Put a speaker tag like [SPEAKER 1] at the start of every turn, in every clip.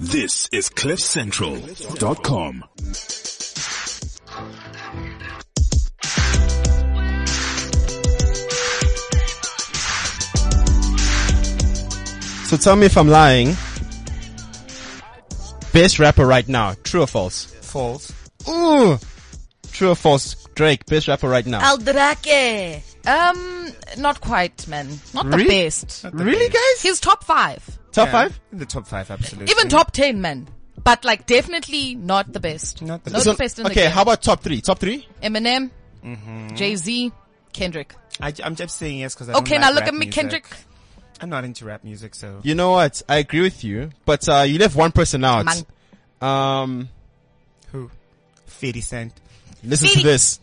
[SPEAKER 1] This is CliffCentral.com.
[SPEAKER 2] So tell me if I'm lying. Best rapper right now, true or false?
[SPEAKER 3] False.
[SPEAKER 2] Ooh, true or false? Drake, best rapper right now.
[SPEAKER 4] El Drake.
[SPEAKER 3] Um, not quite, man. Not the
[SPEAKER 2] Really?
[SPEAKER 3] best.
[SPEAKER 2] really, guys?
[SPEAKER 3] He's top five,
[SPEAKER 2] Top
[SPEAKER 5] Yeah,
[SPEAKER 2] five?
[SPEAKER 5] In the top five, absolutely.
[SPEAKER 3] even top ten, man. But like, definitely not the best.
[SPEAKER 5] Not the
[SPEAKER 3] not
[SPEAKER 5] best.
[SPEAKER 2] So-
[SPEAKER 3] the best in
[SPEAKER 2] okay,
[SPEAKER 3] the
[SPEAKER 2] how about top three? Top three?
[SPEAKER 3] game. Eminem, Jay Z, Kendrick.
[SPEAKER 5] Mm-hmm. I, am just saying yes because I
[SPEAKER 3] Okay,
[SPEAKER 5] don't
[SPEAKER 3] now
[SPEAKER 5] like
[SPEAKER 3] look
[SPEAKER 5] rap
[SPEAKER 3] at me,
[SPEAKER 5] music.
[SPEAKER 3] Kendrick.
[SPEAKER 5] I'm not into rap music, so
[SPEAKER 2] You know what? I agree with you, but uh, you left one person out.
[SPEAKER 3] Man.
[SPEAKER 2] Um,
[SPEAKER 5] who? 50 Cent.
[SPEAKER 2] listen to this.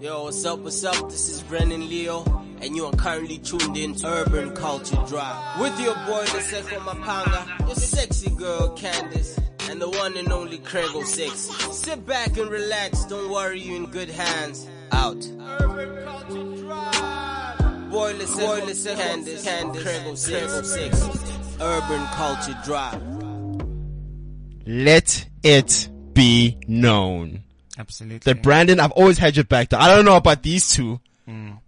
[SPEAKER 6] Yo, what's up, what's up? This is Brennan Leo, and you are currently tuned in to Urban Culture Drive. With your boy, the Seko Mapanga, your sexy girl, Candace, and the one and only Craig 06. Sit back and relax, don't worry, you're in good hands. Out. Urban Culture Drive! Boy, the Seko, Candace, Candace, Craig 06, Craig 06. Urban Culture Drive.
[SPEAKER 2] Let it be known.
[SPEAKER 5] Absolutely.
[SPEAKER 2] The Brandon, I've always had your back. Though. I don't know about these two.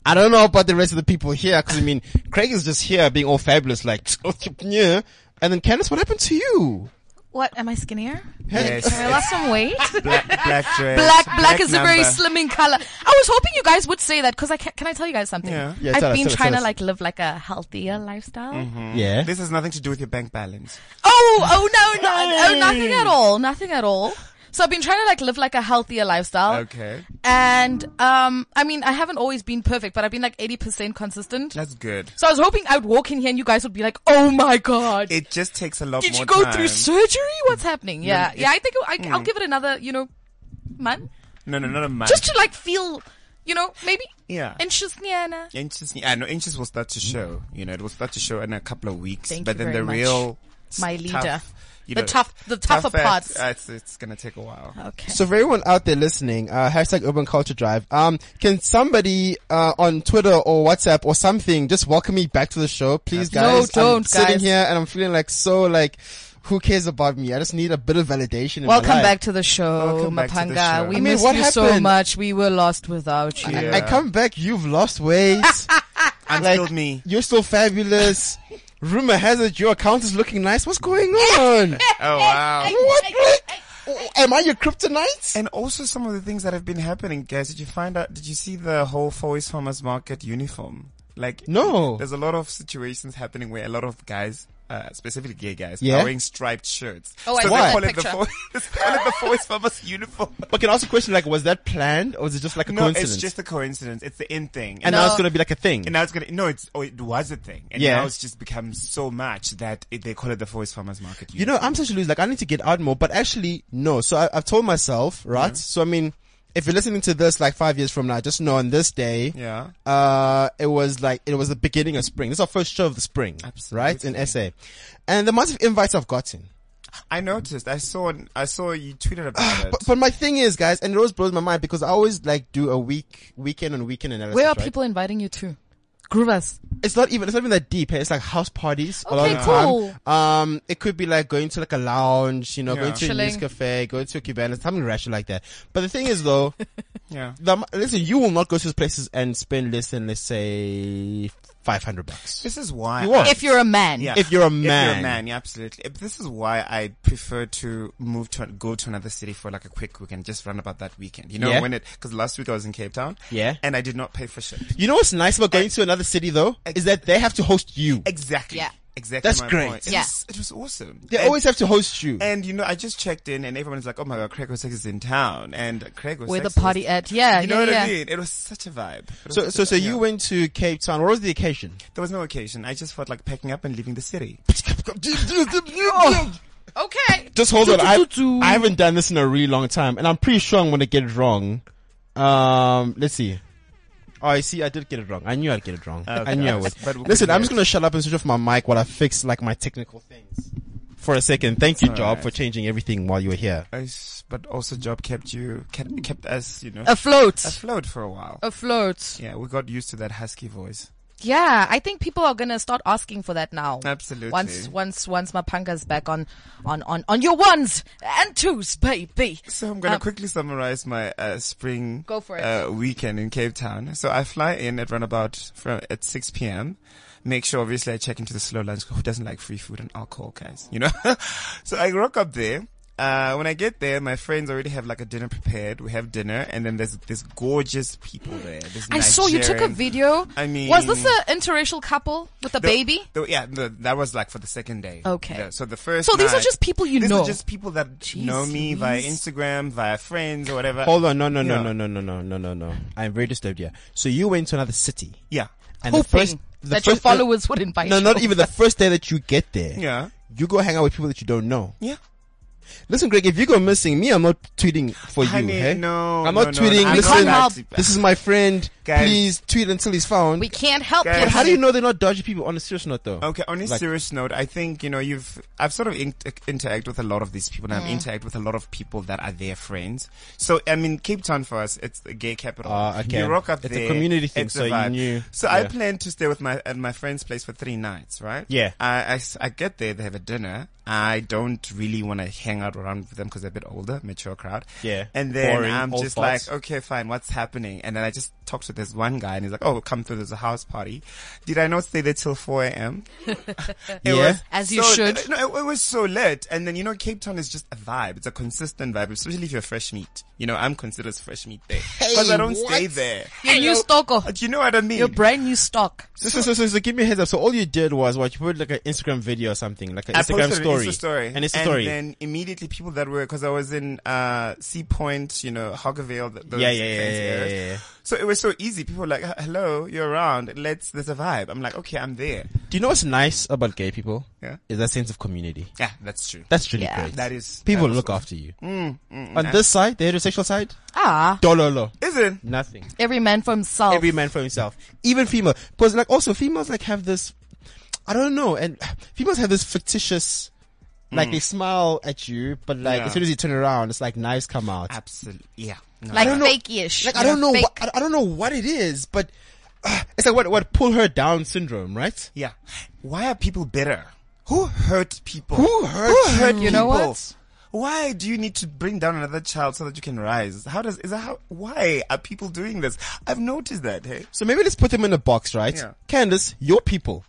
[SPEAKER 2] I don't know about the rest of the people here, because I mean, Craig is just here being all fabulous, like, yeah. And then Candice, what happened to you?
[SPEAKER 4] What? Am I skinnier?
[SPEAKER 5] yes,
[SPEAKER 4] Have I
[SPEAKER 5] yes.
[SPEAKER 4] lost some weight?
[SPEAKER 5] black, black dress.
[SPEAKER 3] Black, black, is a very
[SPEAKER 5] number.
[SPEAKER 3] slimming color. I was hoping you guys would say that because I can, can I tell you guys something?
[SPEAKER 5] Yeah.
[SPEAKER 2] Yeah,
[SPEAKER 3] I've
[SPEAKER 2] tell us,
[SPEAKER 3] been
[SPEAKER 2] tell us,
[SPEAKER 3] trying
[SPEAKER 2] tell us.
[SPEAKER 3] to like live like a healthier lifestyle.
[SPEAKER 5] Mm-hmm.
[SPEAKER 2] Yeah.
[SPEAKER 5] This has nothing to do with your bank balance.
[SPEAKER 3] Oh, oh no, no, oh nothing at all, nothing at all. So I've been trying to like live like a healthier lifestyle.
[SPEAKER 5] Okay.
[SPEAKER 3] And um, I mean, I haven't always been perfect, but I've been like eighty percent consistent.
[SPEAKER 5] That's good.
[SPEAKER 3] So I was hoping I would walk in here and you guys would be like, "Oh my god,
[SPEAKER 5] It just takes a lot
[SPEAKER 3] did
[SPEAKER 5] more
[SPEAKER 3] you go
[SPEAKER 5] time. Hmm.
[SPEAKER 3] through surgery? What's happening?" Yeah,
[SPEAKER 5] it-
[SPEAKER 3] yeah. I think I, I'll give it another, you know, month
[SPEAKER 5] no, no, not a month.
[SPEAKER 3] just to like feel, you know, maybe.
[SPEAKER 5] Yeah.
[SPEAKER 3] And she's Niana.
[SPEAKER 5] inches, yeah, no, inches will start to show. You know, it will start to show in a couple of weeks.
[SPEAKER 3] Thank
[SPEAKER 5] but
[SPEAKER 3] you
[SPEAKER 5] then
[SPEAKER 3] very
[SPEAKER 5] the
[SPEAKER 3] much,
[SPEAKER 5] real,
[SPEAKER 3] my
[SPEAKER 5] tough,
[SPEAKER 3] leader.
[SPEAKER 5] you
[SPEAKER 3] The
[SPEAKER 5] know,
[SPEAKER 3] tough- the tougher
[SPEAKER 5] tough act,
[SPEAKER 3] parts.
[SPEAKER 5] uh, It's, it's gonna take a while.
[SPEAKER 3] Okay.
[SPEAKER 2] So for everyone out there listening, uh, hashtag urban culture drive, um, can somebody, uh, on Twitter or WhatsApp or something just welcome me back to the show, please
[SPEAKER 3] No,
[SPEAKER 2] guys? I'm
[SPEAKER 3] don't,
[SPEAKER 2] sitting
[SPEAKER 3] guys.
[SPEAKER 2] here and I'm feeling like so like, who cares about me? I just need a bit of validation. In my
[SPEAKER 3] Welcome
[SPEAKER 2] life.
[SPEAKER 3] back to the show,
[SPEAKER 5] Welcome back to the
[SPEAKER 3] Mapanga.
[SPEAKER 5] show.
[SPEAKER 3] We
[SPEAKER 5] I
[SPEAKER 2] mean,
[SPEAKER 3] missed
[SPEAKER 2] what
[SPEAKER 3] you so
[SPEAKER 2] happened?
[SPEAKER 3] much. We were lost without you.
[SPEAKER 5] Yeah.
[SPEAKER 2] I come back, you've lost weight.
[SPEAKER 5] I'm
[SPEAKER 2] Like-
[SPEAKER 5] still me.
[SPEAKER 2] You're still fabulous. Rumor has it your account is looking nice. What's going on?
[SPEAKER 5] Oh wow.
[SPEAKER 2] what? Am I your kryptonite?
[SPEAKER 5] And also some of the things that have been happening, guys. Did you find out? Did you see the whole Foy's Farmers Market uniform? Like,
[SPEAKER 2] No.
[SPEAKER 5] There's a lot of situations happening where a lot of guys, uh, specifically gay guys,
[SPEAKER 2] Yeah?
[SPEAKER 5] are wearing striped shirts.
[SPEAKER 3] Oh, I
[SPEAKER 5] so
[SPEAKER 3] saw
[SPEAKER 5] they
[SPEAKER 2] that
[SPEAKER 5] call it the
[SPEAKER 3] picture.
[SPEAKER 5] Foy's, they call it the Foy's Farmers uniform.
[SPEAKER 2] But can I ask a question like, was that planned or was it just like a
[SPEAKER 5] No,
[SPEAKER 2] coincidence?
[SPEAKER 5] it's just a coincidence. It's the end thing.
[SPEAKER 2] and now it's gonna be like a thing.
[SPEAKER 5] And now it's gonna no, it's oh, it was a thing, and
[SPEAKER 2] Yeah.
[SPEAKER 5] now it's just become so much that it, they call it the Foy's Farmers Market.
[SPEAKER 2] you know, I'm such a loser. Like, I need to get out more, but actually, no. So I, I've told myself, right? So I mean, if you're listening to this like five years from now, just know on this day,
[SPEAKER 5] yeah,
[SPEAKER 2] uh, it was like, it was the beginning of spring. This is our first show of the spring, right? In SA. And the amount of invites I've gotten.
[SPEAKER 5] I noticed. I saw. I saw you tweeted about it.
[SPEAKER 2] But, but my thing is, guys, and it always blows my mind because I always like do a week, weekend and weekend analysis.
[SPEAKER 3] Where are
[SPEAKER 2] right?
[SPEAKER 3] people inviting you to? Groovers.
[SPEAKER 2] It's not even, it's not even that deep. eh? It's like house parties. a lot
[SPEAKER 3] Okay,
[SPEAKER 2] of the time.
[SPEAKER 3] cool.
[SPEAKER 2] Um, it could be like going to like a lounge, you know, going to a
[SPEAKER 3] Chilling.
[SPEAKER 2] news cafe, going to a Cuban, something rational like that. But the thing is though,
[SPEAKER 5] yeah,
[SPEAKER 2] the, am- listen, you will not go to those places and spend less than, let's say, 500 bucks.
[SPEAKER 5] this is why.
[SPEAKER 2] You are.
[SPEAKER 3] If you're a man.
[SPEAKER 5] Yeah.
[SPEAKER 2] If you're a
[SPEAKER 5] If you're
[SPEAKER 2] man.
[SPEAKER 5] a man, yeah, absolutely. If- This is why I prefer to move to go to another city for like a quick weekend, just run about that weekend. You know,
[SPEAKER 2] Yeah.
[SPEAKER 5] when it because last week I was in Cape Town,
[SPEAKER 2] Yeah.
[SPEAKER 5] and I did not pay for shit.
[SPEAKER 2] You know what's nice about going to another city though? Is that they have to host you.
[SPEAKER 5] Exactly.
[SPEAKER 3] Yeah.
[SPEAKER 5] Exactly.
[SPEAKER 2] That's
[SPEAKER 5] my
[SPEAKER 2] great.
[SPEAKER 5] Point. It
[SPEAKER 3] Yeah.
[SPEAKER 5] was- it was awesome.
[SPEAKER 2] They
[SPEAKER 5] And-
[SPEAKER 2] always have to host you.
[SPEAKER 5] And you know, I just checked in, and everyone's like, "Oh my god, Craig Osex is in town," and Craig Osex.
[SPEAKER 3] Where the party at? Yeah,
[SPEAKER 5] You
[SPEAKER 3] yeah,
[SPEAKER 5] know what
[SPEAKER 3] yeah.
[SPEAKER 5] I mean? It was such a vibe. It was
[SPEAKER 2] So,
[SPEAKER 5] such
[SPEAKER 2] so,
[SPEAKER 5] a
[SPEAKER 2] so
[SPEAKER 5] vibe,
[SPEAKER 2] you
[SPEAKER 5] yeah.
[SPEAKER 2] went to Cape Town. What was the occasion?
[SPEAKER 5] There was no occasion. I just felt like packing up and leaving the city.
[SPEAKER 3] Okay.
[SPEAKER 2] Just hold on. I, I haven't done this in a really long time, and I'm pretty sure I'm gonna get it wrong. Um, let's see. Oh, I see. I did get it wrong. I knew I'd get it wrong. I knew I would.
[SPEAKER 5] But we
[SPEAKER 2] Listen,
[SPEAKER 5] can
[SPEAKER 2] I'm
[SPEAKER 5] hear
[SPEAKER 2] just gonna shut up and switch off my mic while I fix like my technical things for a second. Thank you, Job, for changing everything while you were here.
[SPEAKER 5] I s- But also, job kept you kept, kept us, you know,
[SPEAKER 3] Afloat. Oh.
[SPEAKER 5] afloat for a while.
[SPEAKER 3] Afloat.
[SPEAKER 5] Yeah, we got used to that husky voice.
[SPEAKER 3] Yeah, I think people are gonna start asking for that now.
[SPEAKER 5] Absolutely.
[SPEAKER 3] Once, once, once Mapanga's back on, on, on, on your ones and twos, baby.
[SPEAKER 5] So I'm going to
[SPEAKER 3] Um,
[SPEAKER 5] quickly summarize my uh, spring
[SPEAKER 3] Go for it.
[SPEAKER 5] Uh, weekend in Cape Town. So I fly in at around about from at 6 p.m. Make sure, obviously, I check into the slow lunch. Who doesn't like free food and alcohol, guys? You know? so I rock up there. Uh, when I get there, my friends already have like a dinner prepared. We have dinner and then there's, there's gorgeous people there. There's
[SPEAKER 3] I saw you took a
[SPEAKER 5] Nigerian-
[SPEAKER 3] video.
[SPEAKER 5] I mean,
[SPEAKER 3] was this an interracial couple with a
[SPEAKER 5] the-
[SPEAKER 3] baby?
[SPEAKER 5] the- yeah, the, that was like for the second day.
[SPEAKER 3] Okay.
[SPEAKER 5] The- so the first.
[SPEAKER 3] So these are
[SPEAKER 5] night-
[SPEAKER 3] just people you
[SPEAKER 5] these
[SPEAKER 3] know.
[SPEAKER 5] are just people that know me via Instagram, via friends or whatever.
[SPEAKER 2] Hold on, no, no, no,
[SPEAKER 5] Yeah.
[SPEAKER 2] no, no, no, no, no, no, no. I'm very disturbed here. So you went to another city,
[SPEAKER 5] Yeah.
[SPEAKER 2] and
[SPEAKER 3] Hoping
[SPEAKER 2] the first, the
[SPEAKER 3] that
[SPEAKER 2] first,
[SPEAKER 3] your followers would invite
[SPEAKER 2] No,
[SPEAKER 3] you.
[SPEAKER 2] not even the first day that you get there.
[SPEAKER 5] Yeah.
[SPEAKER 2] You go hang out with people that you don't know.
[SPEAKER 5] Yeah.
[SPEAKER 2] Listen, Greg, if you go missing, me, I'm not tweeting for
[SPEAKER 5] Honey,
[SPEAKER 2] you. hey?
[SPEAKER 5] no,
[SPEAKER 2] I'm
[SPEAKER 5] no,
[SPEAKER 2] not
[SPEAKER 5] no,
[SPEAKER 2] tweeting.
[SPEAKER 5] no, I
[SPEAKER 2] Listen,
[SPEAKER 3] can't help.
[SPEAKER 2] this is my friend.
[SPEAKER 5] Guys.
[SPEAKER 2] Please tweet until he's found.
[SPEAKER 3] We can't help
[SPEAKER 5] Guys.
[SPEAKER 3] you.
[SPEAKER 2] but how do you know they're not dodgy people? On a serious note, though.
[SPEAKER 5] Okay. On a
[SPEAKER 2] Like-
[SPEAKER 5] serious note, I think you know you've I've sort of in- uh, interact with a lot of these people, and I've interact with a lot of people that are their friends. So I mean, Cape Town for us, it's the gay capital.
[SPEAKER 2] Ah, okay.
[SPEAKER 5] You rock up
[SPEAKER 2] It's a
[SPEAKER 5] there.
[SPEAKER 2] community thing,
[SPEAKER 5] it's a
[SPEAKER 2] so you
[SPEAKER 5] vibe.
[SPEAKER 2] knew-
[SPEAKER 5] So I
[SPEAKER 2] yeah.
[SPEAKER 5] planned to stay with my at my friend's place for three nights, right?
[SPEAKER 2] Yeah.
[SPEAKER 5] I, I s- I get there, they have a dinner. I don't really want to hang out around with them because they're a bit older, mature crowd.
[SPEAKER 2] Yeah.
[SPEAKER 5] And then
[SPEAKER 2] Boring,
[SPEAKER 5] I'm
[SPEAKER 2] old
[SPEAKER 5] just
[SPEAKER 2] farts.
[SPEAKER 5] like, okay, fine, what's happening? And then I just talked to this one guy and he's like, oh, come through, there's a house party. Did I not stay there till 4 a.m.? It
[SPEAKER 2] Yeah.
[SPEAKER 5] was
[SPEAKER 3] As you
[SPEAKER 5] so- uh,
[SPEAKER 3] should.
[SPEAKER 5] No, it, it was so lit. And then, you know, Cape Town is just a vibe. It's a consistent vibe, especially if you're fresh meat. You know, I'm considered fresh meat there. Because I don't stay there. Uh,
[SPEAKER 3] Your new stalker.
[SPEAKER 5] Do you know what I mean?
[SPEAKER 3] Your brand new stock.
[SPEAKER 2] So, so, so, so, so give me a heads up. So all you did was what you put like an Instagram video or something, like an
[SPEAKER 5] I
[SPEAKER 2] Instagram
[SPEAKER 5] posted
[SPEAKER 2] story,
[SPEAKER 5] An Insta story.
[SPEAKER 2] an Insta story.
[SPEAKER 5] And then immediately people that were, cause I was in, uh, Sea Point, you know, Hoggerville, th- those
[SPEAKER 2] Yeah, yeah, yeah,
[SPEAKER 5] fancy
[SPEAKER 2] yeah,
[SPEAKER 5] areas.
[SPEAKER 2] yeah, yeah.
[SPEAKER 5] So it was so easy. People were like, "H- hello, you're around. Let's, there's a vibe. I'm like, okay, I'm there.
[SPEAKER 2] Do you know what's nice about gay people?
[SPEAKER 5] Yeah.
[SPEAKER 2] Is that sense of community.
[SPEAKER 5] Yeah, that's true.
[SPEAKER 2] That's really
[SPEAKER 3] Yeah.
[SPEAKER 2] great.
[SPEAKER 5] That Mm, is-
[SPEAKER 2] people
[SPEAKER 5] that is
[SPEAKER 2] look
[SPEAKER 5] what-
[SPEAKER 2] after you. On this side, the heterosexual side,
[SPEAKER 3] Ah,
[SPEAKER 2] dololo,
[SPEAKER 5] Is it?
[SPEAKER 2] nothing.
[SPEAKER 3] every man for himself.
[SPEAKER 2] Every man for himself, even female, because like also females like have this, I don't know, and females have this fictitious, like
[SPEAKER 3] Mm.
[SPEAKER 2] they smile at you, but like
[SPEAKER 5] Yeah.
[SPEAKER 2] as soon as you turn around, it's like knives come out.
[SPEAKER 5] Absolutely. Yeah. No.
[SPEAKER 3] like
[SPEAKER 2] I don't know-
[SPEAKER 3] fakey-ish.
[SPEAKER 2] Like
[SPEAKER 3] you
[SPEAKER 2] I don't know,
[SPEAKER 3] fake.
[SPEAKER 2] what, I I don't know what it is, but uh, it's like what what pull her down syndrome, right?
[SPEAKER 5] Yeah. Why are people bitter? Who hurt people?
[SPEAKER 2] Who hurt
[SPEAKER 5] Who hurt
[SPEAKER 2] you?
[SPEAKER 5] people?
[SPEAKER 2] You
[SPEAKER 3] know what?
[SPEAKER 5] Why do you need to bring down another child so that you can rise? How does is that how? Why are people doing this? I've noticed that. Hey,
[SPEAKER 2] So maybe let's put them in a box, right?
[SPEAKER 5] Yeah.
[SPEAKER 2] Candace, your people,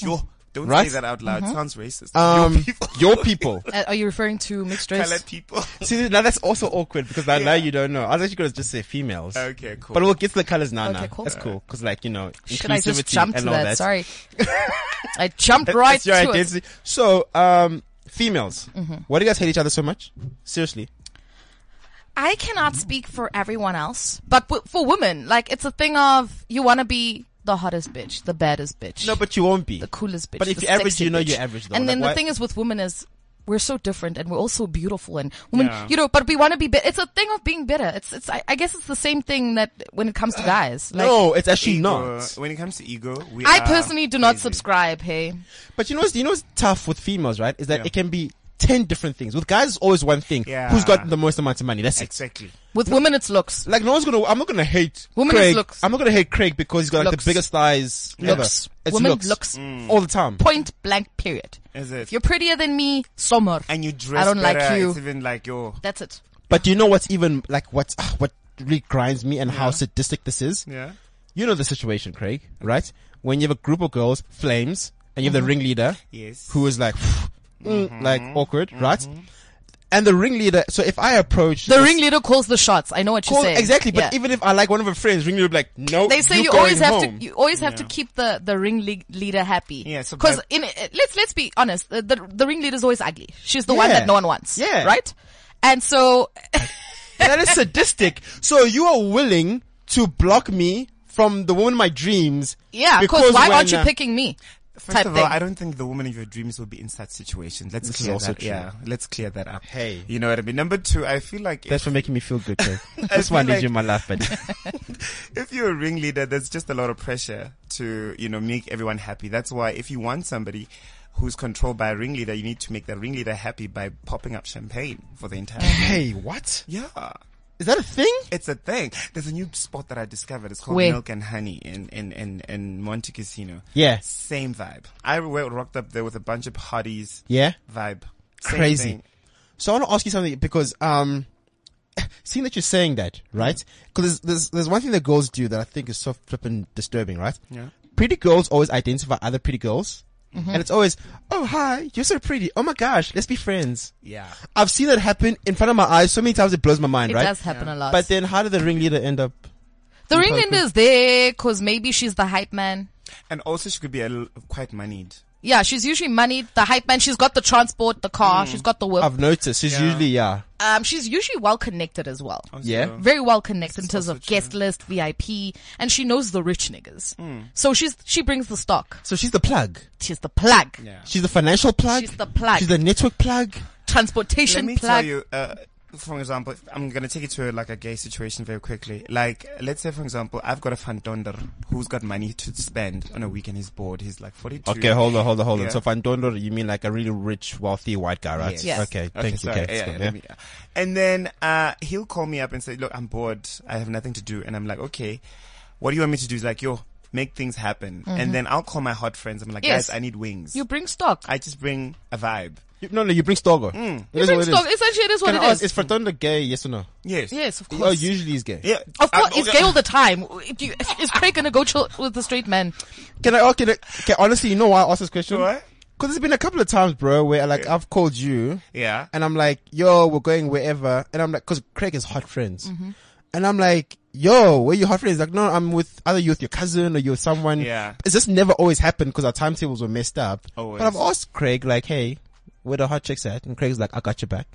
[SPEAKER 5] yo, don't
[SPEAKER 2] Right?
[SPEAKER 5] say that out
[SPEAKER 3] Mm-hmm.
[SPEAKER 5] loud. Sounds racist.
[SPEAKER 2] um,
[SPEAKER 5] your people,
[SPEAKER 2] your people.
[SPEAKER 3] Uh, are you referring to mixed race?
[SPEAKER 5] colored people.
[SPEAKER 2] See, now that's also awkward because now, now
[SPEAKER 5] Yeah.
[SPEAKER 2] you don't know. I was actually going to just say females.
[SPEAKER 5] Okay, cool.
[SPEAKER 2] But we'll get to the colors now.
[SPEAKER 3] Okay,
[SPEAKER 2] now.
[SPEAKER 3] cool.
[SPEAKER 2] That's cool. Because, like, you know,
[SPEAKER 3] Should I just
[SPEAKER 2] inclusivity
[SPEAKER 3] jump to
[SPEAKER 2] and all
[SPEAKER 3] that?
[SPEAKER 2] that.
[SPEAKER 3] Sorry. I jumped
[SPEAKER 2] That-
[SPEAKER 3] right Mm-hmm.
[SPEAKER 2] that's your
[SPEAKER 3] to it.
[SPEAKER 2] identity. So, um, females. Why do you guys hate each other so much? Seriously.
[SPEAKER 3] I cannot speak for everyone else, but w- for women, like it's a thing of you want to be the hottest bitch, the baddest bitch,
[SPEAKER 2] No, but you won't be.
[SPEAKER 3] the coolest bitch.
[SPEAKER 2] But if
[SPEAKER 3] the
[SPEAKER 2] you're average,
[SPEAKER 3] sexy
[SPEAKER 2] you know
[SPEAKER 3] bitch.
[SPEAKER 2] you're average, though.
[SPEAKER 3] And then
[SPEAKER 2] Like,
[SPEAKER 3] the
[SPEAKER 2] why-
[SPEAKER 3] thing is with women is we're so different and we're all so beautiful and women,
[SPEAKER 5] Yeah.
[SPEAKER 3] you know, but we want to be, bit it's a thing of being bitter. It's, it's, I, I guess it's the same thing that when it comes to guys. Like,
[SPEAKER 2] no, it's actually
[SPEAKER 5] Ego.
[SPEAKER 2] not.
[SPEAKER 5] When it comes to ego, we
[SPEAKER 3] I
[SPEAKER 5] are
[SPEAKER 3] personally do not
[SPEAKER 5] crazy.
[SPEAKER 3] subscribe, hey.
[SPEAKER 2] But you know, what's, you know what's tough with females, right? Is that
[SPEAKER 5] Yeah.
[SPEAKER 2] it can be 10 different things. With guys, it's always one thing.
[SPEAKER 5] Yeah.
[SPEAKER 2] Who's got the most amount of money? That's it.
[SPEAKER 5] Exactly.
[SPEAKER 3] With women, it's looks.
[SPEAKER 2] Like no one's gonna. I'm not gonna hate
[SPEAKER 3] Women is
[SPEAKER 2] Craig.
[SPEAKER 3] looks.
[SPEAKER 2] I'm not gonna hate Craig because he's got like
[SPEAKER 3] Looks.
[SPEAKER 2] the biggest thighs
[SPEAKER 3] Looks.
[SPEAKER 2] ever. It's
[SPEAKER 3] Women
[SPEAKER 2] looks,
[SPEAKER 3] looks.
[SPEAKER 2] all the time.
[SPEAKER 3] Point blank period.
[SPEAKER 5] Is it?
[SPEAKER 3] If you're prettier than me, summer.
[SPEAKER 5] and you dress
[SPEAKER 3] I don't
[SPEAKER 5] better,
[SPEAKER 3] like you.
[SPEAKER 5] It's even like yo.
[SPEAKER 3] That's it.
[SPEAKER 2] But do you know what's even like what's ah, what really grinds me and how sadistic this is?
[SPEAKER 5] Yeah.
[SPEAKER 2] You know the situation, Craig, right? When you have a group of girls, flames, and
[SPEAKER 3] Mm-hmm.
[SPEAKER 2] you have the ringleader
[SPEAKER 5] Yes.
[SPEAKER 2] who is like, mm, like awkward, right? And the ringleader. So if I approach
[SPEAKER 3] Mm-hmm. The
[SPEAKER 2] this-
[SPEAKER 3] ringleader calls the shots. I know what you're
[SPEAKER 2] Call-
[SPEAKER 3] saying.
[SPEAKER 2] exactly, but
[SPEAKER 3] Yeah.
[SPEAKER 2] even if I like one of her friends, ringleader would be like, no,
[SPEAKER 3] they say
[SPEAKER 2] you're
[SPEAKER 3] you, always
[SPEAKER 2] going
[SPEAKER 3] have
[SPEAKER 2] home.
[SPEAKER 3] to you always have to keep the the ringleader happy.
[SPEAKER 5] Yeah, so
[SPEAKER 3] because
[SPEAKER 5] by-
[SPEAKER 3] in uh, let's let's be honest, the the, the ringleader is always ugly. She's the one
[SPEAKER 2] Yeah.
[SPEAKER 3] that no one wants.
[SPEAKER 2] Yeah.
[SPEAKER 3] right. And so
[SPEAKER 2] that is sadistic. So you are willing to block me from the woman of my dreams.
[SPEAKER 3] yeah, because why
[SPEAKER 2] when,
[SPEAKER 3] aren't you
[SPEAKER 2] uh,
[SPEAKER 3] picking me?
[SPEAKER 5] First
[SPEAKER 3] type
[SPEAKER 5] of all,
[SPEAKER 3] thing.
[SPEAKER 5] I don't think the woman of your dreams will be in such situations. Let's
[SPEAKER 2] This is
[SPEAKER 5] clear
[SPEAKER 2] also
[SPEAKER 5] that.
[SPEAKER 2] true.
[SPEAKER 5] Yeah, let's clear that up.
[SPEAKER 2] Hey.
[SPEAKER 5] you know what I mean. Number two, I feel like
[SPEAKER 2] That's
[SPEAKER 5] if,
[SPEAKER 2] for making me feel good, Craig. That's why I
[SPEAKER 5] feel
[SPEAKER 2] need
[SPEAKER 5] like-
[SPEAKER 2] you in my life, buddy.
[SPEAKER 5] if you're a ringleader, there's just a lot of pressure to you know make everyone happy. That's why if you want somebody who's controlled by a ringleader, you need to make that ringleader happy by popping up champagne for the entire.
[SPEAKER 2] hey, what?
[SPEAKER 5] yeah,
[SPEAKER 2] Is that a thing?
[SPEAKER 5] It's a thing. There's a new spot that I discovered. It's called
[SPEAKER 3] Where?
[SPEAKER 5] Milk and Honey in, in, in, in Monte Casino.
[SPEAKER 2] Yeah.
[SPEAKER 5] Same vibe. I w- rocked up there with a bunch of hotties.
[SPEAKER 2] Yeah.
[SPEAKER 5] Vibe. Same
[SPEAKER 2] Crazy.
[SPEAKER 5] thing.
[SPEAKER 2] So I want to ask you something because, um, seeing that you're saying that, right? Because there's, there's, there's one thing that girls do that I think is so flippin' disturbing, right?
[SPEAKER 5] Yeah. Mm-hmm.
[SPEAKER 2] Pretty girls always identify other pretty girls. And it's always, oh hi, you're so pretty. Oh my gosh, let's be friends.
[SPEAKER 5] Yeah.
[SPEAKER 2] I've seen that happen in front of my eyes so many times it blows my mind,
[SPEAKER 3] It
[SPEAKER 2] right?
[SPEAKER 3] does happen a lot.
[SPEAKER 2] But then how did the ringleader end up?
[SPEAKER 3] the ringleader is there because maybe she's the hype man.
[SPEAKER 5] And also she could be a l- quite moneyed.
[SPEAKER 3] Yeah, she's usually moneyed, the hype man. She's got the transport, the car, she's got the whip.
[SPEAKER 2] I've noticed she's
[SPEAKER 5] Yeah.
[SPEAKER 2] usually, yeah.
[SPEAKER 3] Um, she's usually well connected as well.
[SPEAKER 5] Also,
[SPEAKER 2] Yeah.
[SPEAKER 3] Very well connected in terms of guest list, VIP, and she knows the rich niggas. So she's, she brings the stock.
[SPEAKER 2] So she's the plug.
[SPEAKER 3] She's the plug.
[SPEAKER 5] Yeah.
[SPEAKER 2] She's the financial plug.
[SPEAKER 3] She's the plug.
[SPEAKER 2] She's the network plug.
[SPEAKER 3] Transportation
[SPEAKER 5] Let me
[SPEAKER 3] plug.
[SPEAKER 5] tell you, uh, for example, I'm going to take it to like a gay situation very quickly. Like, let's say, for example, I've got a fandonder who's got money to spend on a weekend. He's bored. He's like 42.
[SPEAKER 2] Okay, hold on, hold on, hold on.
[SPEAKER 5] Yeah.
[SPEAKER 2] So Fandondo, you mean like a really rich, wealthy white guy, right?
[SPEAKER 5] Yes.
[SPEAKER 3] Yes.
[SPEAKER 2] Okay, thank you.
[SPEAKER 5] sorry.
[SPEAKER 2] Okay,
[SPEAKER 5] Yeah,
[SPEAKER 2] cool,
[SPEAKER 5] yeah,
[SPEAKER 2] yeah.
[SPEAKER 5] let me- And then uh, he'll call me up and say, "Look, I'm bored. I have nothing to do." And I'm like, "Okay, what do you want me to do?" He's like, "Yo, make things happen." And then I'll call my hot friends. I'm like,
[SPEAKER 3] Mm-hmm. Yes.
[SPEAKER 5] "Guys, I need wings.
[SPEAKER 3] You bring stock.
[SPEAKER 5] I just bring a vibe."
[SPEAKER 2] You- No, no, you bring Stogo. It
[SPEAKER 3] you
[SPEAKER 2] is
[SPEAKER 3] bring
[SPEAKER 2] what it
[SPEAKER 3] stock.
[SPEAKER 2] is.
[SPEAKER 3] Essentially, it is what
[SPEAKER 2] Mm. Can
[SPEAKER 3] it
[SPEAKER 2] I ask, is
[SPEAKER 3] is.
[SPEAKER 2] Fandondo gay, yes or no?
[SPEAKER 5] Yes.
[SPEAKER 3] yes, of
[SPEAKER 2] Oh,
[SPEAKER 3] course.
[SPEAKER 2] usually he's gay.
[SPEAKER 5] Yeah.
[SPEAKER 3] Of
[SPEAKER 5] I'm-
[SPEAKER 3] course, he's gay all the time. If you- Is Craig gonna go chill with the straight man?
[SPEAKER 2] Can I, okay, look, okay, honestly, you know why I asked this question?
[SPEAKER 5] Why?
[SPEAKER 2] Cause there's been a couple of times, bro, where like I've called you
[SPEAKER 5] Yeah.
[SPEAKER 2] and I'm like, yo, we're going wherever. And I'm like, cause Craig is hot friends. And I'm like, yo, where you hot friends? Like, no, I'm with either you with your cousin or you're with someone.
[SPEAKER 5] Yeah.
[SPEAKER 2] It's just never always happened cause our timetables were messed up.
[SPEAKER 5] Always.
[SPEAKER 2] But I've asked Craig, like, hey, where the hot chicks at? And Craig's like, I got your back.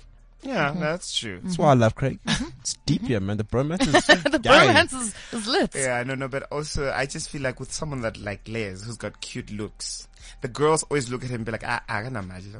[SPEAKER 5] Yeah,
[SPEAKER 3] Mm-hmm.
[SPEAKER 5] that's true.
[SPEAKER 2] That's why I love Craig. It's deep here, man. The bromance is
[SPEAKER 3] The
[SPEAKER 2] dying.
[SPEAKER 3] romance is, is lit.
[SPEAKER 5] Yeah, no, no, but also I just feel like with someone that like Liz, who's got cute looks, the girls always look at him and be like, ah, I can imagine.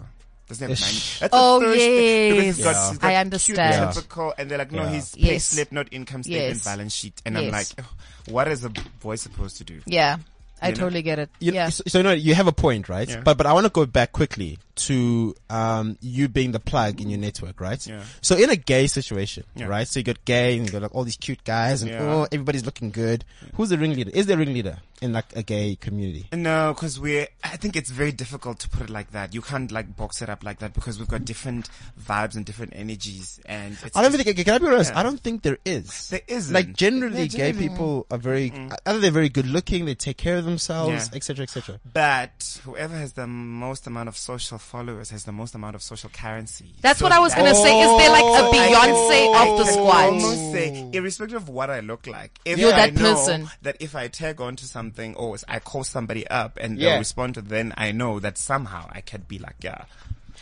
[SPEAKER 5] Doesn't have
[SPEAKER 2] Ish.
[SPEAKER 5] money. That's
[SPEAKER 3] Oh,
[SPEAKER 5] the first thing, because he's
[SPEAKER 3] yes.
[SPEAKER 5] got-
[SPEAKER 2] Yeah.
[SPEAKER 5] he's got
[SPEAKER 3] I
[SPEAKER 5] cute
[SPEAKER 3] understand.
[SPEAKER 5] typical, and they're like, no,
[SPEAKER 2] Yeah.
[SPEAKER 5] he's pay
[SPEAKER 3] Yes.
[SPEAKER 5] slip, not income statement,
[SPEAKER 3] Yes.
[SPEAKER 5] balance sheet. And I'm
[SPEAKER 3] Yes.
[SPEAKER 5] like, "Ugh, what is a boy supposed to do?
[SPEAKER 3] Yeah, I
[SPEAKER 5] You know.
[SPEAKER 3] totally get it.
[SPEAKER 2] You,
[SPEAKER 3] yeah.
[SPEAKER 2] so, so no, you have a point, right?
[SPEAKER 5] Yeah.
[SPEAKER 2] But but I want to go back quickly to um you being the plug in your network, right?
[SPEAKER 5] Yeah.
[SPEAKER 2] So in a gay situation,
[SPEAKER 5] Yeah.
[SPEAKER 2] right? So you got gay and you got like all these cute guys and
[SPEAKER 5] Yeah.
[SPEAKER 2] oh everybody's looking good. Who's the ringleader? Is there a ringleader in like a gay community?
[SPEAKER 5] No, because we're. I think it's very difficult to put it like that. You can't like box it up like that because we've got different vibes and different energies. And it's
[SPEAKER 2] I don't
[SPEAKER 5] just-
[SPEAKER 2] think can I be honest?
[SPEAKER 5] Yeah.
[SPEAKER 2] I don't think there is.
[SPEAKER 5] There isn't.
[SPEAKER 2] Like generally, gay
[SPEAKER 5] Yeah, generally.
[SPEAKER 2] people are very uh, either they're very good looking, they take care of themselves,
[SPEAKER 5] Yeah.
[SPEAKER 2] etc., etc.
[SPEAKER 5] But whoever has the most amount of social followers has the most amount of social currency.
[SPEAKER 3] That's
[SPEAKER 5] So
[SPEAKER 3] what I was gonna
[SPEAKER 5] that-
[SPEAKER 3] say. Is there like
[SPEAKER 5] So
[SPEAKER 3] a
[SPEAKER 5] I can-
[SPEAKER 3] Beyonce of the
[SPEAKER 5] I can
[SPEAKER 3] squad?
[SPEAKER 5] almost say, irrespective of what I look like, if
[SPEAKER 3] You're
[SPEAKER 5] I
[SPEAKER 3] that
[SPEAKER 5] know
[SPEAKER 3] person.
[SPEAKER 5] that if I tag onto something or I call somebody up and
[SPEAKER 2] Yeah.
[SPEAKER 5] they'll respond to, then I know that somehow I could be like, yeah.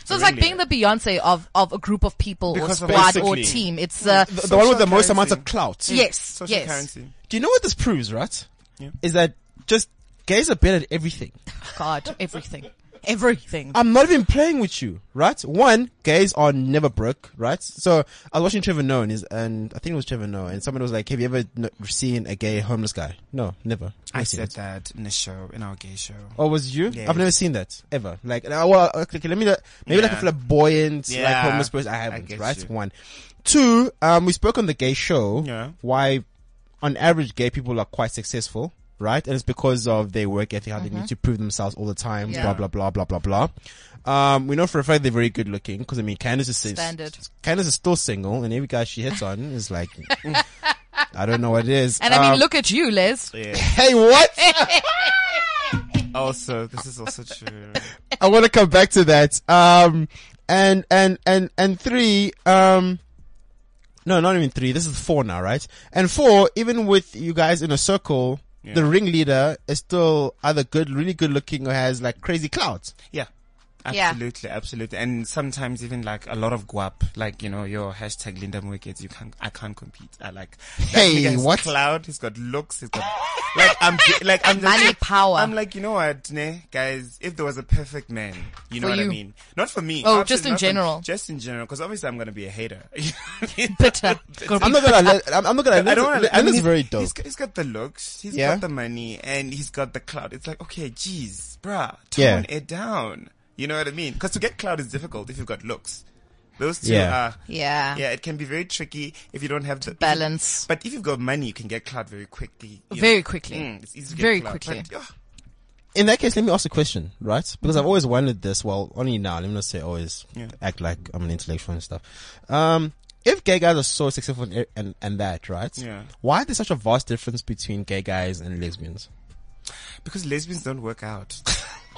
[SPEAKER 3] So it's like being
[SPEAKER 5] Ringleader.
[SPEAKER 3] the Beyonce of of a group of people or
[SPEAKER 5] Because of-
[SPEAKER 3] squad or
[SPEAKER 5] Basically.
[SPEAKER 3] team. It's uh,
[SPEAKER 2] The, the one with the most
[SPEAKER 5] currency.
[SPEAKER 2] amounts of clout.
[SPEAKER 3] yes,
[SPEAKER 5] social
[SPEAKER 3] yes.
[SPEAKER 5] currency.
[SPEAKER 2] Do you know what this proves, right?
[SPEAKER 5] Yeah.
[SPEAKER 2] Is that just gays are better at everything.
[SPEAKER 3] God, everything, everything.
[SPEAKER 2] I'm not even playing with you, right? One, gays are never broke, right? So I was watching Trevor Noah and, his, and I think it was Trevor Noah and someone was like, have you ever kn- seen a gay homeless guy? No, never.
[SPEAKER 5] I
[SPEAKER 2] Never seen
[SPEAKER 5] said
[SPEAKER 2] it.
[SPEAKER 5] that in a show, in our gay show.
[SPEAKER 2] Or Oh, was you?
[SPEAKER 5] Yeah.
[SPEAKER 2] I've never seen that ever. Like, and I- well, okay, okay, let me, maybe like a
[SPEAKER 5] Yeah.
[SPEAKER 2] flamboyant, like
[SPEAKER 5] Yeah.
[SPEAKER 2] homeless person. I
[SPEAKER 5] I
[SPEAKER 2] haven't,
[SPEAKER 5] get
[SPEAKER 2] right?
[SPEAKER 5] you.
[SPEAKER 2] One. Two, um, we spoke on the gay show.
[SPEAKER 5] Yeah.
[SPEAKER 2] Why, on average, gay people are quite successful, right? And it's because of their work ethic, how they need to prove themselves all the time,
[SPEAKER 3] Uh-huh. Yeah.
[SPEAKER 2] blah, blah, blah, blah, blah, blah. Um, we know for a fact they're very good looking, because I mean, Candace is,
[SPEAKER 3] Standard.
[SPEAKER 2] Candace is still single, and every guy she hits on is like, I don't know what it is.
[SPEAKER 3] And I
[SPEAKER 2] Um,
[SPEAKER 3] mean, look at you, Les.
[SPEAKER 2] hey, what?
[SPEAKER 5] Also, this is also true.
[SPEAKER 2] I want to come back to that. Um, and, and, and, and three, um, no, not even three. This is four now, right? And four, even with you guys in a circle, the ringleader is still either good, really good looking or has like crazy clout.
[SPEAKER 5] Yeah.
[SPEAKER 3] Yeah.
[SPEAKER 5] Absolutely, absolutely, and sometimes even like a lot of guap, like you know your hashtag Linda Wickets, you can't, I can't compete. I like, that
[SPEAKER 2] Hey,
[SPEAKER 5] nigga has
[SPEAKER 2] what?
[SPEAKER 5] Cloud, he's got looks, he's got like I'm, j- like I'm just,
[SPEAKER 3] Money, power.
[SPEAKER 5] I'm like, you know what, ne, guys, if there was a perfect man, you know
[SPEAKER 3] For
[SPEAKER 5] what I
[SPEAKER 3] you.
[SPEAKER 5] mean, not for me.
[SPEAKER 3] Oh,
[SPEAKER 5] absolutely
[SPEAKER 3] just in
[SPEAKER 5] not for-
[SPEAKER 3] general.
[SPEAKER 5] just in general, because obviously I'm gonna be a hater.
[SPEAKER 3] Bitter. Gonna
[SPEAKER 2] I'm
[SPEAKER 3] be
[SPEAKER 2] not gonna, let, I'm, I'm not gonna, let,
[SPEAKER 5] I don't want
[SPEAKER 2] let,
[SPEAKER 5] to. I mean,
[SPEAKER 2] Linda's
[SPEAKER 5] he's-
[SPEAKER 2] very dope.
[SPEAKER 5] He's got, he's got the looks, he's
[SPEAKER 2] Yeah.
[SPEAKER 5] got the money, and he's got the cloud. It's like, okay, geez, bruh,
[SPEAKER 2] Yeah.
[SPEAKER 5] tone it down. You know what I mean? Because to get cloud is difficult if you've got looks. Those two
[SPEAKER 2] Yeah.
[SPEAKER 5] are.
[SPEAKER 3] Yeah.
[SPEAKER 5] Yeah, it can be very tricky if you don't have the
[SPEAKER 3] Balance.
[SPEAKER 5] But if you've got money, you can get clout very quickly. you know.
[SPEAKER 3] Very quickly.
[SPEAKER 5] Mm, it's easy to get
[SPEAKER 3] Very
[SPEAKER 5] clout,
[SPEAKER 3] quickly.
[SPEAKER 5] but, oh,
[SPEAKER 2] In that case, let me ask a question, right? Because I've always wondered this. Well, only now. Let me not say always
[SPEAKER 5] Mm-hmm. Yeah.
[SPEAKER 2] act like I'm an intellectual and stuff. Um, if gay guys are so successful and, and, and that, right?
[SPEAKER 5] Yeah.
[SPEAKER 2] Why is there such a vast difference between gay guys and lesbians?
[SPEAKER 5] because lesbians don't work out.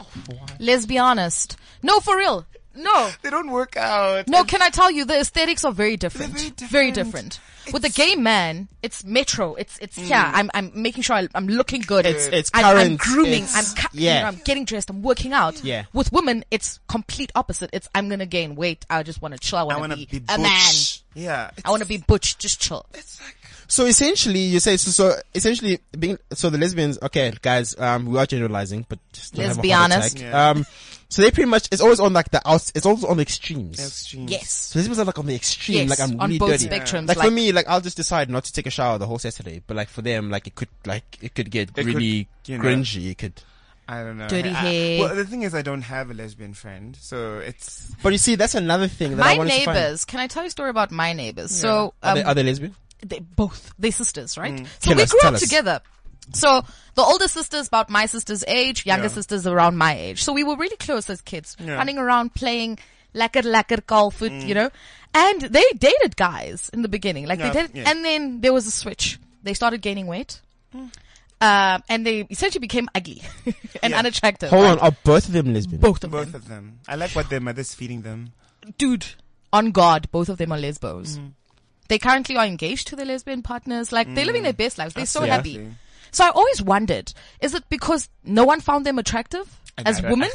[SPEAKER 3] Let's be honest. No, for real. No.
[SPEAKER 5] they don't work out.
[SPEAKER 3] No, can I tell you the aesthetics are very different.
[SPEAKER 5] very different.
[SPEAKER 3] different. With a gay man, it's metro. It's it's yeah. I'm I'm making sure I, I'm looking good.
[SPEAKER 2] Mm. It's- it's
[SPEAKER 3] I'm, I'm
[SPEAKER 2] current.
[SPEAKER 3] grooming.
[SPEAKER 2] It's-
[SPEAKER 3] I'm cu- you
[SPEAKER 2] yeah.
[SPEAKER 3] know, I'm getting dressed. I'm working out.
[SPEAKER 2] Yeah.
[SPEAKER 3] With women, it's complete opposite. It's I'm gonna gain weight. I just want to chill. I
[SPEAKER 5] I
[SPEAKER 3] want
[SPEAKER 5] want
[SPEAKER 3] to
[SPEAKER 5] to
[SPEAKER 3] be,
[SPEAKER 5] be
[SPEAKER 3] a man.
[SPEAKER 5] butch. Yeah.
[SPEAKER 3] I want to be butch. Just chill.
[SPEAKER 5] It's like,
[SPEAKER 2] So essentially, you say so. so essentially, being so the lesbians. Okay, guys, um, we are generalizing, but just don't
[SPEAKER 3] Let's
[SPEAKER 2] have a
[SPEAKER 3] be
[SPEAKER 2] heart
[SPEAKER 3] honest.
[SPEAKER 2] attack.
[SPEAKER 5] Yeah.
[SPEAKER 2] Um, so they pretty much it's always on like the outs. It's always on the extremes.
[SPEAKER 5] extremes.
[SPEAKER 3] Yes.
[SPEAKER 2] So lesbians are like on the extreme.
[SPEAKER 3] yes.
[SPEAKER 2] Like I'm
[SPEAKER 3] on
[SPEAKER 2] really
[SPEAKER 3] both
[SPEAKER 2] dirty.
[SPEAKER 3] spectrums.
[SPEAKER 2] Like, for me, like I'll just decide not to take a shower the whole Saturday. But like for them, like it could like it could get
[SPEAKER 5] could,
[SPEAKER 2] really
[SPEAKER 5] you know.
[SPEAKER 2] cringy. It could.
[SPEAKER 5] I don't know.
[SPEAKER 3] Dirty
[SPEAKER 5] I-
[SPEAKER 3] hair.
[SPEAKER 5] Well, the thing is, I don't have a lesbian friend, so it's
[SPEAKER 2] But you see, that's another thing that I
[SPEAKER 3] my
[SPEAKER 2] wanted to find.
[SPEAKER 3] neighbors. Can I tell you a story about my neighbors? So
[SPEAKER 2] Are,
[SPEAKER 3] um,
[SPEAKER 2] they, are they lesbian?
[SPEAKER 3] they both they sisters, right?
[SPEAKER 5] Mm.
[SPEAKER 3] So
[SPEAKER 2] Tell
[SPEAKER 3] we
[SPEAKER 2] us,
[SPEAKER 3] grew
[SPEAKER 2] tell
[SPEAKER 3] up
[SPEAKER 2] us.
[SPEAKER 3] together. So the older sister is about my sister's age, younger
[SPEAKER 5] Yeah.
[SPEAKER 3] sister's around my age. So we were really close as kids,
[SPEAKER 5] Yeah. Mm.
[SPEAKER 3] running around playing lacquer lacquer golf with you know. And they dated guys in the beginning, like
[SPEAKER 5] Yeah,
[SPEAKER 3] they did,
[SPEAKER 5] yeah.
[SPEAKER 3] and then there was a switch. They started gaining weight,
[SPEAKER 5] Mm.
[SPEAKER 3] um, and they essentially became ugly and
[SPEAKER 5] Yeah.
[SPEAKER 3] unattractive.
[SPEAKER 2] Hold
[SPEAKER 3] right?
[SPEAKER 2] on, are both of them lesbian?
[SPEAKER 3] both of
[SPEAKER 5] both
[SPEAKER 3] them,
[SPEAKER 5] of them. I like what their mother's feeding them.
[SPEAKER 3] dude. On God, both of them are lesbos.
[SPEAKER 2] Mm.
[SPEAKER 3] They currently are engaged to their lesbian partners. Like they're
[SPEAKER 2] Mm.
[SPEAKER 3] living their best lives. They're so happy.
[SPEAKER 5] Absolutely.
[SPEAKER 3] So I always wondered, is it because no one found them attractive as
[SPEAKER 5] don't-
[SPEAKER 3] women?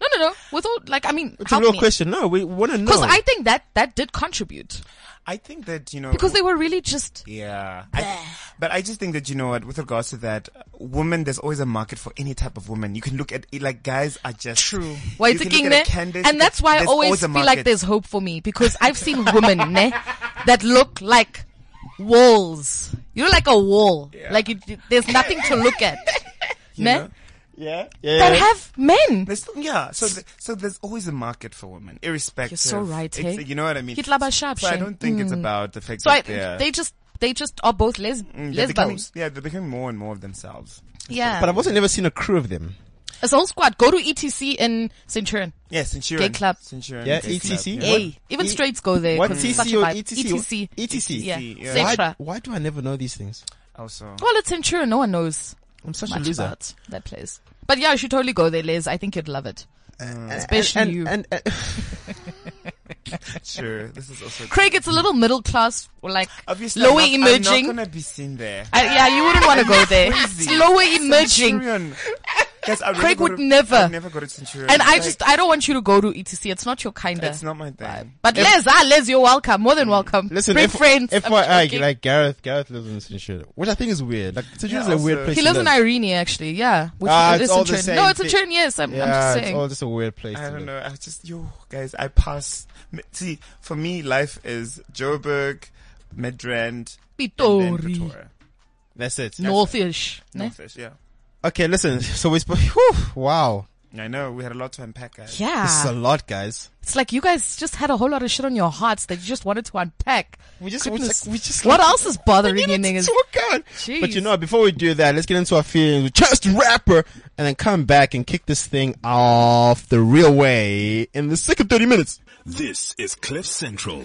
[SPEAKER 3] No, no, no. With all, like, I mean,
[SPEAKER 2] It's a real question. No, we want to know.
[SPEAKER 3] Because I think that that did contribute
[SPEAKER 5] I think that you know
[SPEAKER 3] because they were really just
[SPEAKER 5] Yeah. I, but I just think that, you know what, with regards to that, women, there's always a market for any type of woman. You can look at it like guys are just. True.
[SPEAKER 3] why it's a king ne? and that's why I always feel like there's hope for me because I've seen women ne, that look like walls. You know, like a wall. Like you, you- there's nothing to look at. ne?
[SPEAKER 5] know? Yeah.
[SPEAKER 3] That have men.
[SPEAKER 5] There's, yeah. So, th- so there's always a market for women, irrespective.
[SPEAKER 3] so right,
[SPEAKER 5] It's-
[SPEAKER 3] hey?
[SPEAKER 5] You know what I mean?
[SPEAKER 3] Hitler by Sharp
[SPEAKER 5] So I
[SPEAKER 3] Shane.
[SPEAKER 5] don't think it's about the fact
[SPEAKER 3] So I,
[SPEAKER 5] that they're, Mm,
[SPEAKER 3] they just they just are both les-
[SPEAKER 5] they're becoming,
[SPEAKER 3] lesbos.
[SPEAKER 5] yeah, they're becoming more and more of themselves.
[SPEAKER 3] Yeah.
[SPEAKER 2] but I've also never seen a crew of them.
[SPEAKER 3] As a whole squad, go to ETC in Centurion.
[SPEAKER 5] Yeah, Centurion.
[SPEAKER 3] Gay club.
[SPEAKER 5] Centurion.
[SPEAKER 2] Yeah,
[SPEAKER 5] Gay club,
[SPEAKER 2] ETC.
[SPEAKER 5] yeah.
[SPEAKER 2] What-
[SPEAKER 3] Hey, even
[SPEAKER 2] E-
[SPEAKER 3] straights go there.
[SPEAKER 2] What
[SPEAKER 3] 'cause
[SPEAKER 2] TC
[SPEAKER 3] it's such a
[SPEAKER 2] or E
[SPEAKER 3] vibe.
[SPEAKER 2] ETC?
[SPEAKER 3] ETC.
[SPEAKER 2] ETC.
[SPEAKER 3] Yeah.
[SPEAKER 5] yeah.
[SPEAKER 2] Why,
[SPEAKER 3] Centra.
[SPEAKER 2] why do I never know these things?
[SPEAKER 5] Also.
[SPEAKER 3] Well, it's Centurion. No one knows
[SPEAKER 2] I'm such a
[SPEAKER 3] much
[SPEAKER 2] loser.
[SPEAKER 3] about that place. But yeah, you should totally go there, Liz. I think you'd love it. Especially
[SPEAKER 2] and,
[SPEAKER 3] you.
[SPEAKER 2] and, and,
[SPEAKER 5] Sure. This is also.
[SPEAKER 3] Craig, it's a little middle class, or like
[SPEAKER 5] Obviously,
[SPEAKER 3] lower
[SPEAKER 5] I'm not, I'm
[SPEAKER 3] emerging.
[SPEAKER 5] not gonna be seen there.
[SPEAKER 3] I, yeah, you wouldn't want to go there. It's lower emerging.
[SPEAKER 5] Centurion. Yes, I really
[SPEAKER 3] Craig
[SPEAKER 5] go
[SPEAKER 3] would
[SPEAKER 5] to-
[SPEAKER 3] never.
[SPEAKER 5] I'd never go to Centurion.
[SPEAKER 3] And I
[SPEAKER 5] Like,
[SPEAKER 3] just, I don't want you to go to ETC. It's not your kind
[SPEAKER 5] it's
[SPEAKER 3] of.
[SPEAKER 5] not my thing.
[SPEAKER 3] But Les, ah, Les, you're welcome. More than welcome.
[SPEAKER 2] Mm. Listen,
[SPEAKER 3] Great
[SPEAKER 2] F-
[SPEAKER 3] friends. I'm
[SPEAKER 2] FYI,
[SPEAKER 3] joking.
[SPEAKER 2] like Gareth, Gareth lives in Centurion, which I think is weird. Like Centurion
[SPEAKER 5] Yeah,
[SPEAKER 2] is a weird
[SPEAKER 5] also-
[SPEAKER 2] place.
[SPEAKER 3] he
[SPEAKER 2] to
[SPEAKER 3] lives in
[SPEAKER 2] live.
[SPEAKER 3] Irene, actually. Yeah. Which
[SPEAKER 2] Ah,
[SPEAKER 3] is
[SPEAKER 2] it's
[SPEAKER 3] a
[SPEAKER 2] all the
[SPEAKER 3] Centurion.
[SPEAKER 2] same
[SPEAKER 3] No, it's
[SPEAKER 2] thing.
[SPEAKER 3] a Centurion. Yes, I'm, I'm
[SPEAKER 2] Yeah,
[SPEAKER 3] just
[SPEAKER 2] it's
[SPEAKER 3] saying.
[SPEAKER 2] all just a weird place.
[SPEAKER 5] I
[SPEAKER 2] to
[SPEAKER 5] don't
[SPEAKER 2] live.
[SPEAKER 5] know. I just yo guys, I pass. m- See, for me, life is Joburg, Midrand, and then
[SPEAKER 3] Pitori.
[SPEAKER 5] Pretoria.
[SPEAKER 2] That's it.
[SPEAKER 3] Northish. ne?
[SPEAKER 5] Northfish, yeah.
[SPEAKER 2] Okay, listen. So we spoke. Whew, wow,
[SPEAKER 5] I know we had a lot to unpack, guys.
[SPEAKER 2] this is a
[SPEAKER 3] Yeah.
[SPEAKER 2] lot, guys.
[SPEAKER 3] It's like you guys just had a whole lot of shit on your hearts that you just wanted to unpack.
[SPEAKER 2] We just, we
[SPEAKER 3] Goodness.
[SPEAKER 2] just, we just
[SPEAKER 3] What
[SPEAKER 2] like-
[SPEAKER 3] else is bothering you niggas?
[SPEAKER 2] Talk out.
[SPEAKER 3] Jeez.
[SPEAKER 2] But you know, before we do that, let's get into our feelings with Chest Rapper and then come back and kick this thing off the real way in the second 30 minutes.
[SPEAKER 1] This is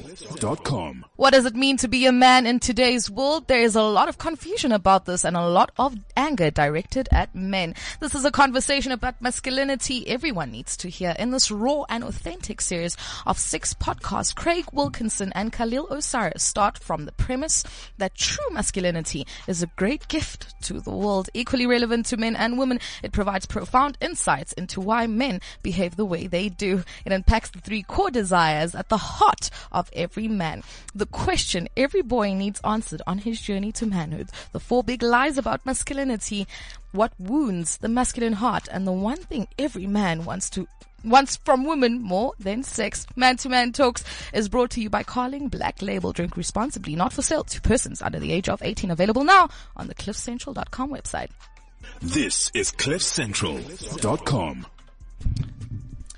[SPEAKER 1] CliffCentral.com.
[SPEAKER 3] What does it mean to be a man in today's world? There is a lot of confusion about this and a lot of anger directed at men. This is a conversation about masculinity everyone needs to hear in this raw and authentic series of six podcasts. Craig Wilkinson and Khalil Osiris start from the premise that true masculinity is a great gift to the world, equally relevant to men and women. It provides profound insights into why men behave the way they do. It unpacks the three core desires at the heart of every man. The question every boy needs answered on his journey to manhood. The four big lies about masculinity. What wounds the masculine heart and the one thing every man wants to wants from women more than sex. Man to Man Talks is brought to you by Carling Black Label. Drink responsibly, not for sale to persons under the age of 18. Available now on the cliffcentral.com website.
[SPEAKER 1] This is CliffCentral.com.